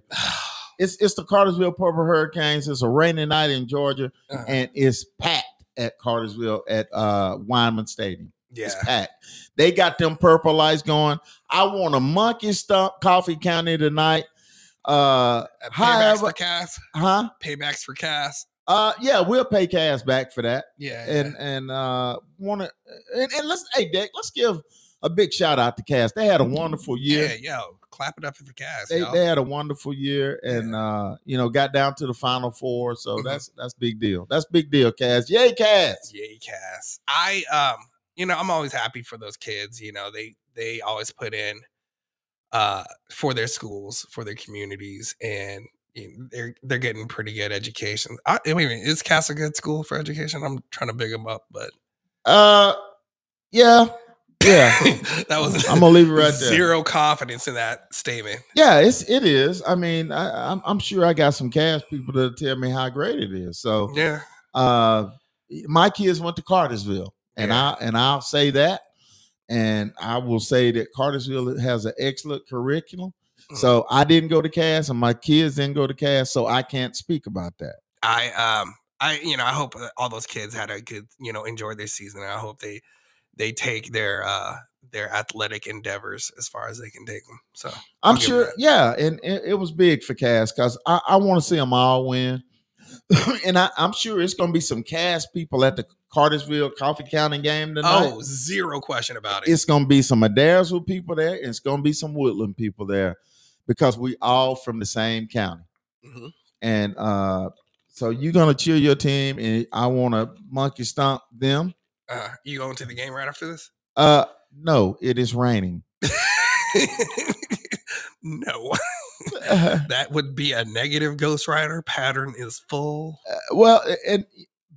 Speaker 1: It's, it's the Cartersville Purple Hurricanes. It's a rainy night in Georgia,
Speaker 2: Uh-huh.
Speaker 1: and it's packed at Cartersville at uh, Wyman Stadium. It's
Speaker 2: yeah,
Speaker 1: packed. They got them purple lights going. I want a monkey stump Coffee County tonight. Uh,
Speaker 2: Uh, paybacks
Speaker 1: however-
Speaker 2: for Cass,
Speaker 1: huh?
Speaker 2: paybacks for Cass.
Speaker 1: Uh, yeah, we'll pay Cass back for that.
Speaker 2: Yeah,
Speaker 1: And and uh, want to and, and let's hey Dick, let's give a big shout out to Cass. They had a wonderful
Speaker 2: yeah,
Speaker 1: year.
Speaker 2: yeah, yo, clap it up for Cass.
Speaker 1: They,
Speaker 2: y'all.
Speaker 1: they had a wonderful year and uh you know got down to the final four so
Speaker 2: Mhm.
Speaker 1: that's that's big deal that's big deal Cass yay Cass
Speaker 2: Yay, Cass. I um, you know, I'm always happy for those kids. You know, they they always put in uh for their schools, for their communities, and you know, they're they're getting pretty good education. I, I mean, is Cass a good school for education? I'm trying to big them up, but
Speaker 1: uh yeah yeah
Speaker 2: that was
Speaker 1: I'm gonna leave it right there
Speaker 2: zero confidence in that statement.
Speaker 1: Yeah, it's it is. I mean, I, I'm I'm sure I got some cash people to tell me how great it is. So,
Speaker 2: Yeah,
Speaker 1: uh, my kids went to Cartersville, and
Speaker 2: Yeah.
Speaker 1: I and I'll say that, and I will say that Cartersville has an excellent curriculum.
Speaker 2: Mhm.
Speaker 1: So I didn't go to Cass, and my kids didn't go to Cass, so I can't speak about that.
Speaker 2: I um I you know I hope that all those kids had a good you know enjoy their season. And I hope they they take their uh their athletic endeavors as far as they can take them. So
Speaker 1: I'm
Speaker 2: I'll give 'em
Speaker 1: sure,
Speaker 2: that.
Speaker 1: yeah, and it, it was big for Cass because I, I want to see them all win, and I, I'm sure it's going to be some Cass people at the Cartersville Coffee County game tonight.
Speaker 2: oh zero question about it.
Speaker 1: it's gonna be some Adairsville people there, and it's gonna be some Woodland people there, because we all from the same county.
Speaker 2: Mhm.
Speaker 1: And uh, so you're gonna cheer your team, and I want to monkey stomp them.
Speaker 2: Uh, you going to the game right after this?
Speaker 1: Uh, no, it is raining.
Speaker 2: no.
Speaker 1: Uh,
Speaker 2: That would be a negative Ghost Rider pattern is full.
Speaker 1: well, and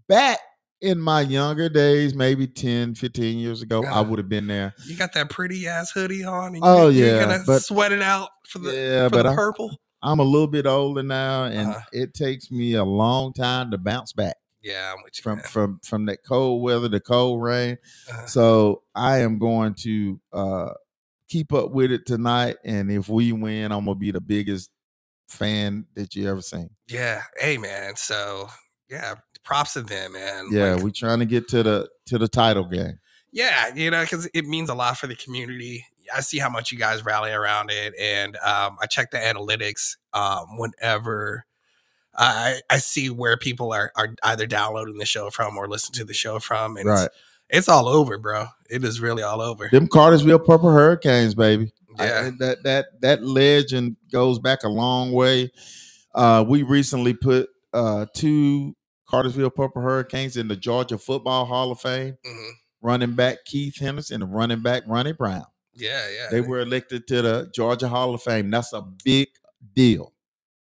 Speaker 1: back in my younger days, maybe 10, 15 years ago, I
Speaker 2: Yeah.
Speaker 1: would have been there.
Speaker 2: You got that pretty ass hoodie on. And
Speaker 1: Oh,
Speaker 2: you,
Speaker 1: yeah,
Speaker 2: you're gonna
Speaker 1: but-
Speaker 2: sweat it out for the
Speaker 1: yeah,
Speaker 2: for
Speaker 1: but
Speaker 2: the
Speaker 1: I,
Speaker 2: purple.
Speaker 1: I'm a little bit older now, and
Speaker 2: Uh-huh.
Speaker 1: it takes me a long time to bounce back
Speaker 2: Yeah, I'm with you.
Speaker 1: from
Speaker 2: man.
Speaker 1: from from that cold weather, the cold rain.
Speaker 2: Uh,
Speaker 1: So I am going to uh keep up with it tonight, and if we win, I'm gonna be the biggest fan that you ever seen.
Speaker 2: yeah, hey man. So yeah, props to them, man.
Speaker 1: Yeah,
Speaker 2: Like,
Speaker 1: we trying to get to the to the title game.
Speaker 2: yeah, you know, because it means a lot for the community. I see how much you guys rally around it, and um, I check the analytics um, whenever I I see where people are are either downloading the show from or listening to the show from, and
Speaker 1: Right,
Speaker 2: it's, it's all over, bro. It is really all over.
Speaker 1: them Cartersville Purple Hurricanes, baby. I-
Speaker 2: Yeah,
Speaker 1: and that that that legend goes back a long way. Uh, we recently put uh, two Cartersville Purple Hurricanes in the Georgia Football Hall of Fame.
Speaker 2: mhm.
Speaker 1: Running back Keith Henderson and running back Ronnie Brown.
Speaker 2: yeah, yeah.
Speaker 1: They were elected to the Georgia Hall of Fame. That's a big deal.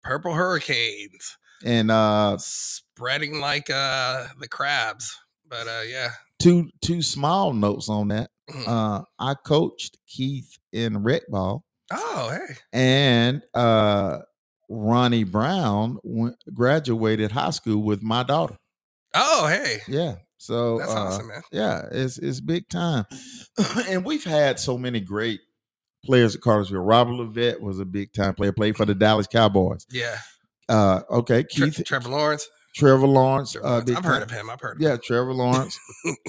Speaker 2: Purple hurricanes
Speaker 1: And uh,
Speaker 2: spreading like uh the crabs, but uh yeah.
Speaker 1: two two small notes on that.
Speaker 2: Mhm.
Speaker 1: Uh, I coached Keith in rec ball,
Speaker 2: oh hey,
Speaker 1: and uh, Ronnie Brown went, graduated high school with my daughter.
Speaker 2: oh hey,
Speaker 1: Yeah. So
Speaker 2: that's
Speaker 1: uh,
Speaker 2: awesome, man.
Speaker 1: yeah, it's it's big time. and we've had so many great players at Cartersville. Robert Levette was a big time player, played for the Dallas Cowboys.
Speaker 2: Yeah,
Speaker 1: Uh okay,
Speaker 2: Tre-
Speaker 1: Keith
Speaker 2: Trevor Lawrence.
Speaker 1: Trevor Lawrence.
Speaker 2: Trevor
Speaker 1: uh,
Speaker 2: Lawrence.
Speaker 1: big
Speaker 2: I've heard
Speaker 1: time-
Speaker 2: of him. I've heard of him.
Speaker 1: Yeah, Trevor Lawrence.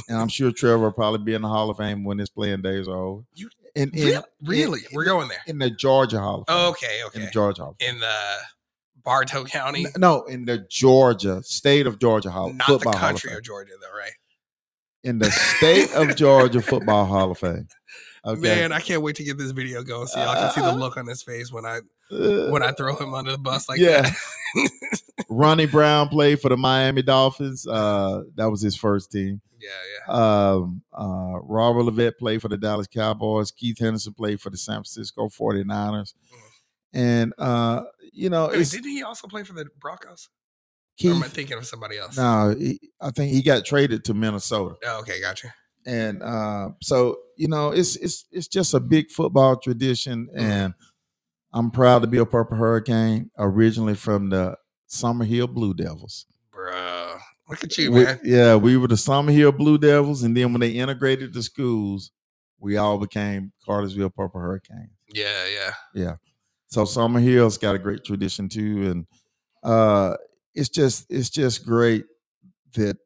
Speaker 1: and I'm sure Trevor will probably be in the Hall of Fame when his playing days are over.
Speaker 2: You-
Speaker 1: and in,
Speaker 2: Really? really? We're going there.
Speaker 1: in the Georgia Hall of Fame.
Speaker 2: Okay,
Speaker 1: In
Speaker 2: okay.
Speaker 1: the Georgia Hall of Fame.
Speaker 2: In the Bartow County,
Speaker 1: N- no, in the Georgia, state of Georgia Hall,
Speaker 2: not the
Speaker 1: football Hall of
Speaker 2: country
Speaker 1: Fame.
Speaker 2: of Georgia, though, right?
Speaker 1: in the state of Georgia Football Hall of Fame. Okay.
Speaker 2: Man, I can't wait to get this video going so y'all can see the
Speaker 1: Uh,
Speaker 2: look on his face when I
Speaker 1: Uh,
Speaker 2: when I throw him under the bus like
Speaker 1: yeah.
Speaker 2: that.
Speaker 1: Ronnie Brown played for the Miami Dolphins. Uh, that was his first team.
Speaker 2: yeah, yeah.
Speaker 1: Um, uh, Robert Levette played for the Dallas Cowboys. Keith Henderson played for the San Francisco 49ers.
Speaker 2: Mm.
Speaker 1: And, uh, you know,
Speaker 2: Wait,
Speaker 1: it's
Speaker 2: didn't he also play for the Broncos? Or am I
Speaker 1: Keith.
Speaker 2: thinking of somebody else?
Speaker 1: No, he, I think he got traded to Minnesota.
Speaker 2: Oh, okay, gotcha.
Speaker 1: and uh, so you know it's it's it's just a big football tradition and i'm proud to be a purple hurricane originally from the summer hill blue devils
Speaker 2: Bro, look at you,
Speaker 1: We-
Speaker 2: man.
Speaker 1: yeah we were the summer hill blue devils and then when they integrated the schools we all became cartersville purple hurricanes
Speaker 2: Yeah, yeah.
Speaker 1: so summer hill's got a great tradition too and uh it's just it's just great that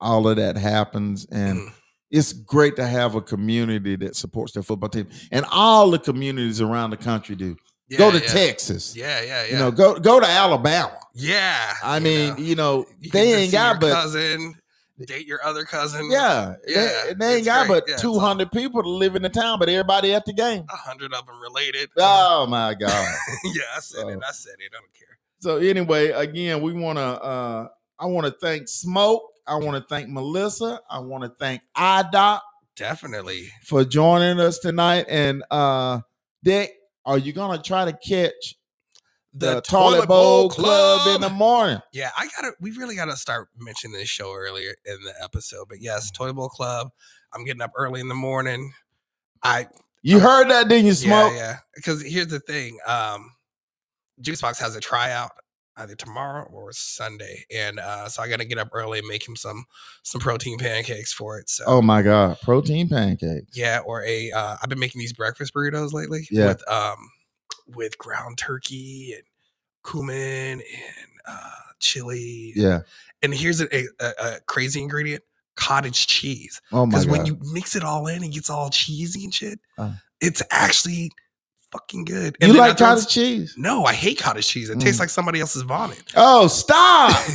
Speaker 1: all of that happens and
Speaker 2: Mhm.
Speaker 1: it's great to have a community that supports their football team, and all the communities around the country do.
Speaker 2: Mm. yeah
Speaker 1: go to
Speaker 2: yeah.
Speaker 1: Texas,
Speaker 2: Yeah, yeah, yeah.
Speaker 1: you know. Go go to Alabama.
Speaker 2: yeah.
Speaker 1: I
Speaker 2: you
Speaker 1: mean,
Speaker 2: know.
Speaker 1: you know,
Speaker 2: You can
Speaker 1: they
Speaker 2: just
Speaker 1: ain't
Speaker 2: see
Speaker 1: got
Speaker 2: your
Speaker 1: but
Speaker 2: cousin, date your other cousin.
Speaker 1: yeah,
Speaker 2: Yeah,
Speaker 1: they, they ain't
Speaker 2: it's
Speaker 1: got
Speaker 2: great.
Speaker 1: but
Speaker 2: Yeah, it's
Speaker 1: two hundred people to live in the town, but everybody at the game.
Speaker 2: a hundred of them related.
Speaker 1: Oh my god!
Speaker 2: yeah, I said it.
Speaker 1: So-
Speaker 2: I said it. I don't care.
Speaker 1: so anyway, again, we want to. uh I want to thank Smoke. I want to thank Melissa. I want to thank IDOC
Speaker 2: Definitely.
Speaker 1: for joining us tonight. And uh Dick, are you gonna try to catch the, toilet bowl club in the morning.
Speaker 2: yeah, I gotta. We really gotta start mentioning this show earlier in the episode. But yes, toilet bowl club. I'm getting up early in the morning. I
Speaker 1: You heard that, didn't you, Smoke?
Speaker 2: Oh, Yeah, yeah. Because here's the thing. Um, Juicebox has a tryout either tomorrow or Sunday, and uh, so I got to get up early and make him some some protein pancakes for it. So
Speaker 1: Oh my God, protein pancakes.
Speaker 2: yeah, or a uh, I've been making these breakfast burritos lately.
Speaker 1: Yeah.
Speaker 2: with um with ground turkey and cumin and uh, chili.
Speaker 1: Yeah.
Speaker 2: and here's a, a, a crazy ingredient: cottage cheese.
Speaker 1: Oh my
Speaker 2: Because
Speaker 1: God.
Speaker 2: when you mix it all in, it gets all cheesy and shit.
Speaker 1: Uh.
Speaker 2: It's actually fucking good.
Speaker 1: You
Speaker 2: then I
Speaker 1: like
Speaker 2: turn-
Speaker 1: cottage Mm. cheese?
Speaker 2: No, I hate cottage cheese. It tastes like somebody else's vomit.
Speaker 1: Oh, stop!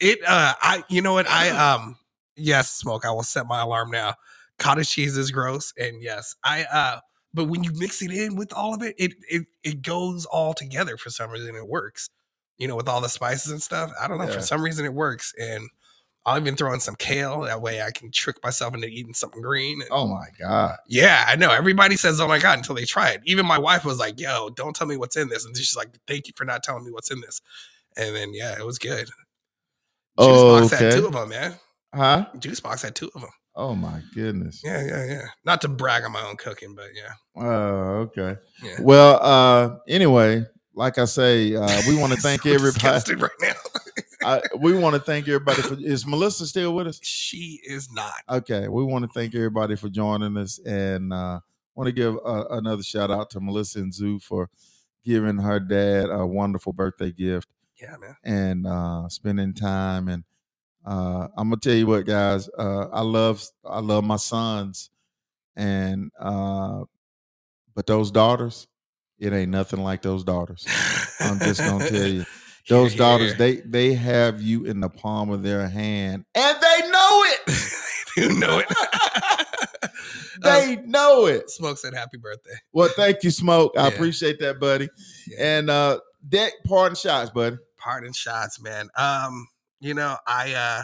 Speaker 2: It, uh, I, you know what? I, um, yes, smoke. I will set my alarm now. Cottage cheese is gross, and yes, I, uh, but when you mix it in with all of it, it, it, it goes all together for some reason. It works, you know, with all the spices and stuff. I don't know.
Speaker 1: Yeah.
Speaker 2: For some reason, it works, and I'll even throw in some kale. That way I can trick myself into eating something green.
Speaker 1: Oh my God.
Speaker 2: Yeah, I know. Everybody says, oh my God, until they try it. Even my wife was like, yo, don't tell me what's in this. And she's like, thank you for not telling me what's in this. And then, yeah, it was good. Juice
Speaker 1: Oh,
Speaker 2: Box had
Speaker 1: okay.
Speaker 2: two of them, man.
Speaker 1: Huh?
Speaker 2: Juice Box had two of them.
Speaker 1: Oh my goodness.
Speaker 2: Yeah, yeah, yeah. Not to brag on my own cooking, but yeah.
Speaker 1: Oh, okay.
Speaker 2: Yeah.
Speaker 1: Well, uh, anyway, like I say, uh, we want to thank
Speaker 2: So
Speaker 1: everybody.
Speaker 2: disgusted right now.
Speaker 1: I, we want to thank everybody for. Is Melissa still with us?
Speaker 2: she is not.
Speaker 1: Okay, we want to thank everybody for joining us, and uh, want to give uh, another shout out to Melissa and Zoo for giving her dad a wonderful birthday gift
Speaker 2: Yeah, man.
Speaker 1: and uh, spending time. And uh, I'm gonna tell you what, guys, uh, I love I love my sons, and uh, but those daughters, it ain't nothing like those daughters. I'm just gonna tell you. Those
Speaker 2: Here,
Speaker 1: daughters,
Speaker 2: here.
Speaker 1: they they have you in the palm of their hand, and they know it.
Speaker 2: they do know it.
Speaker 1: They know it.
Speaker 2: Uh, Smoke said happy birthday.
Speaker 1: Well, thank you, Smoke. I
Speaker 2: Yeah.
Speaker 1: appreciate that, buddy.
Speaker 2: Yeah.
Speaker 1: And uh deck pardon shots, buddy.
Speaker 2: Pardon shots, man. Um, you know, I uh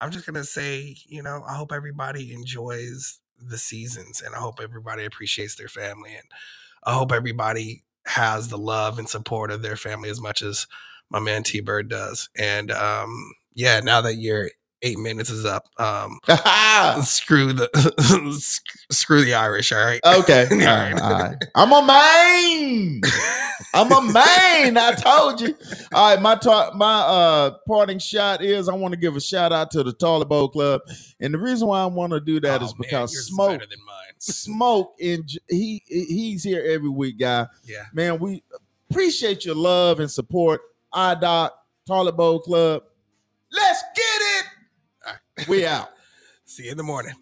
Speaker 2: I'm just gonna say, you know, I hope everybody enjoys the seasons and I hope everybody appreciates their family and I hope everybody has the love and support of their family as much as my man T Bird does. And um yeah, now that your eight minutes is up, um screw the sc- screw the Irish, all right?
Speaker 1: okay.
Speaker 2: All
Speaker 1: All right,
Speaker 2: right.
Speaker 1: all right. I'm a main. I'm a main. I told you. All right, my ta- my uh parting shot is I want to give a shout out to the Toilet Bowl Club. And the reason why I want to do that is
Speaker 2: Oh, man,
Speaker 1: because
Speaker 2: yours is
Speaker 1: Smoke
Speaker 2: better than mine.
Speaker 1: Smoke and J- he he's here every week, guy.
Speaker 2: Yeah.
Speaker 1: man, we appreciate your love and support. IDOC, Toilet Bowl Club. Let's get it. We out.
Speaker 2: See you in the morning.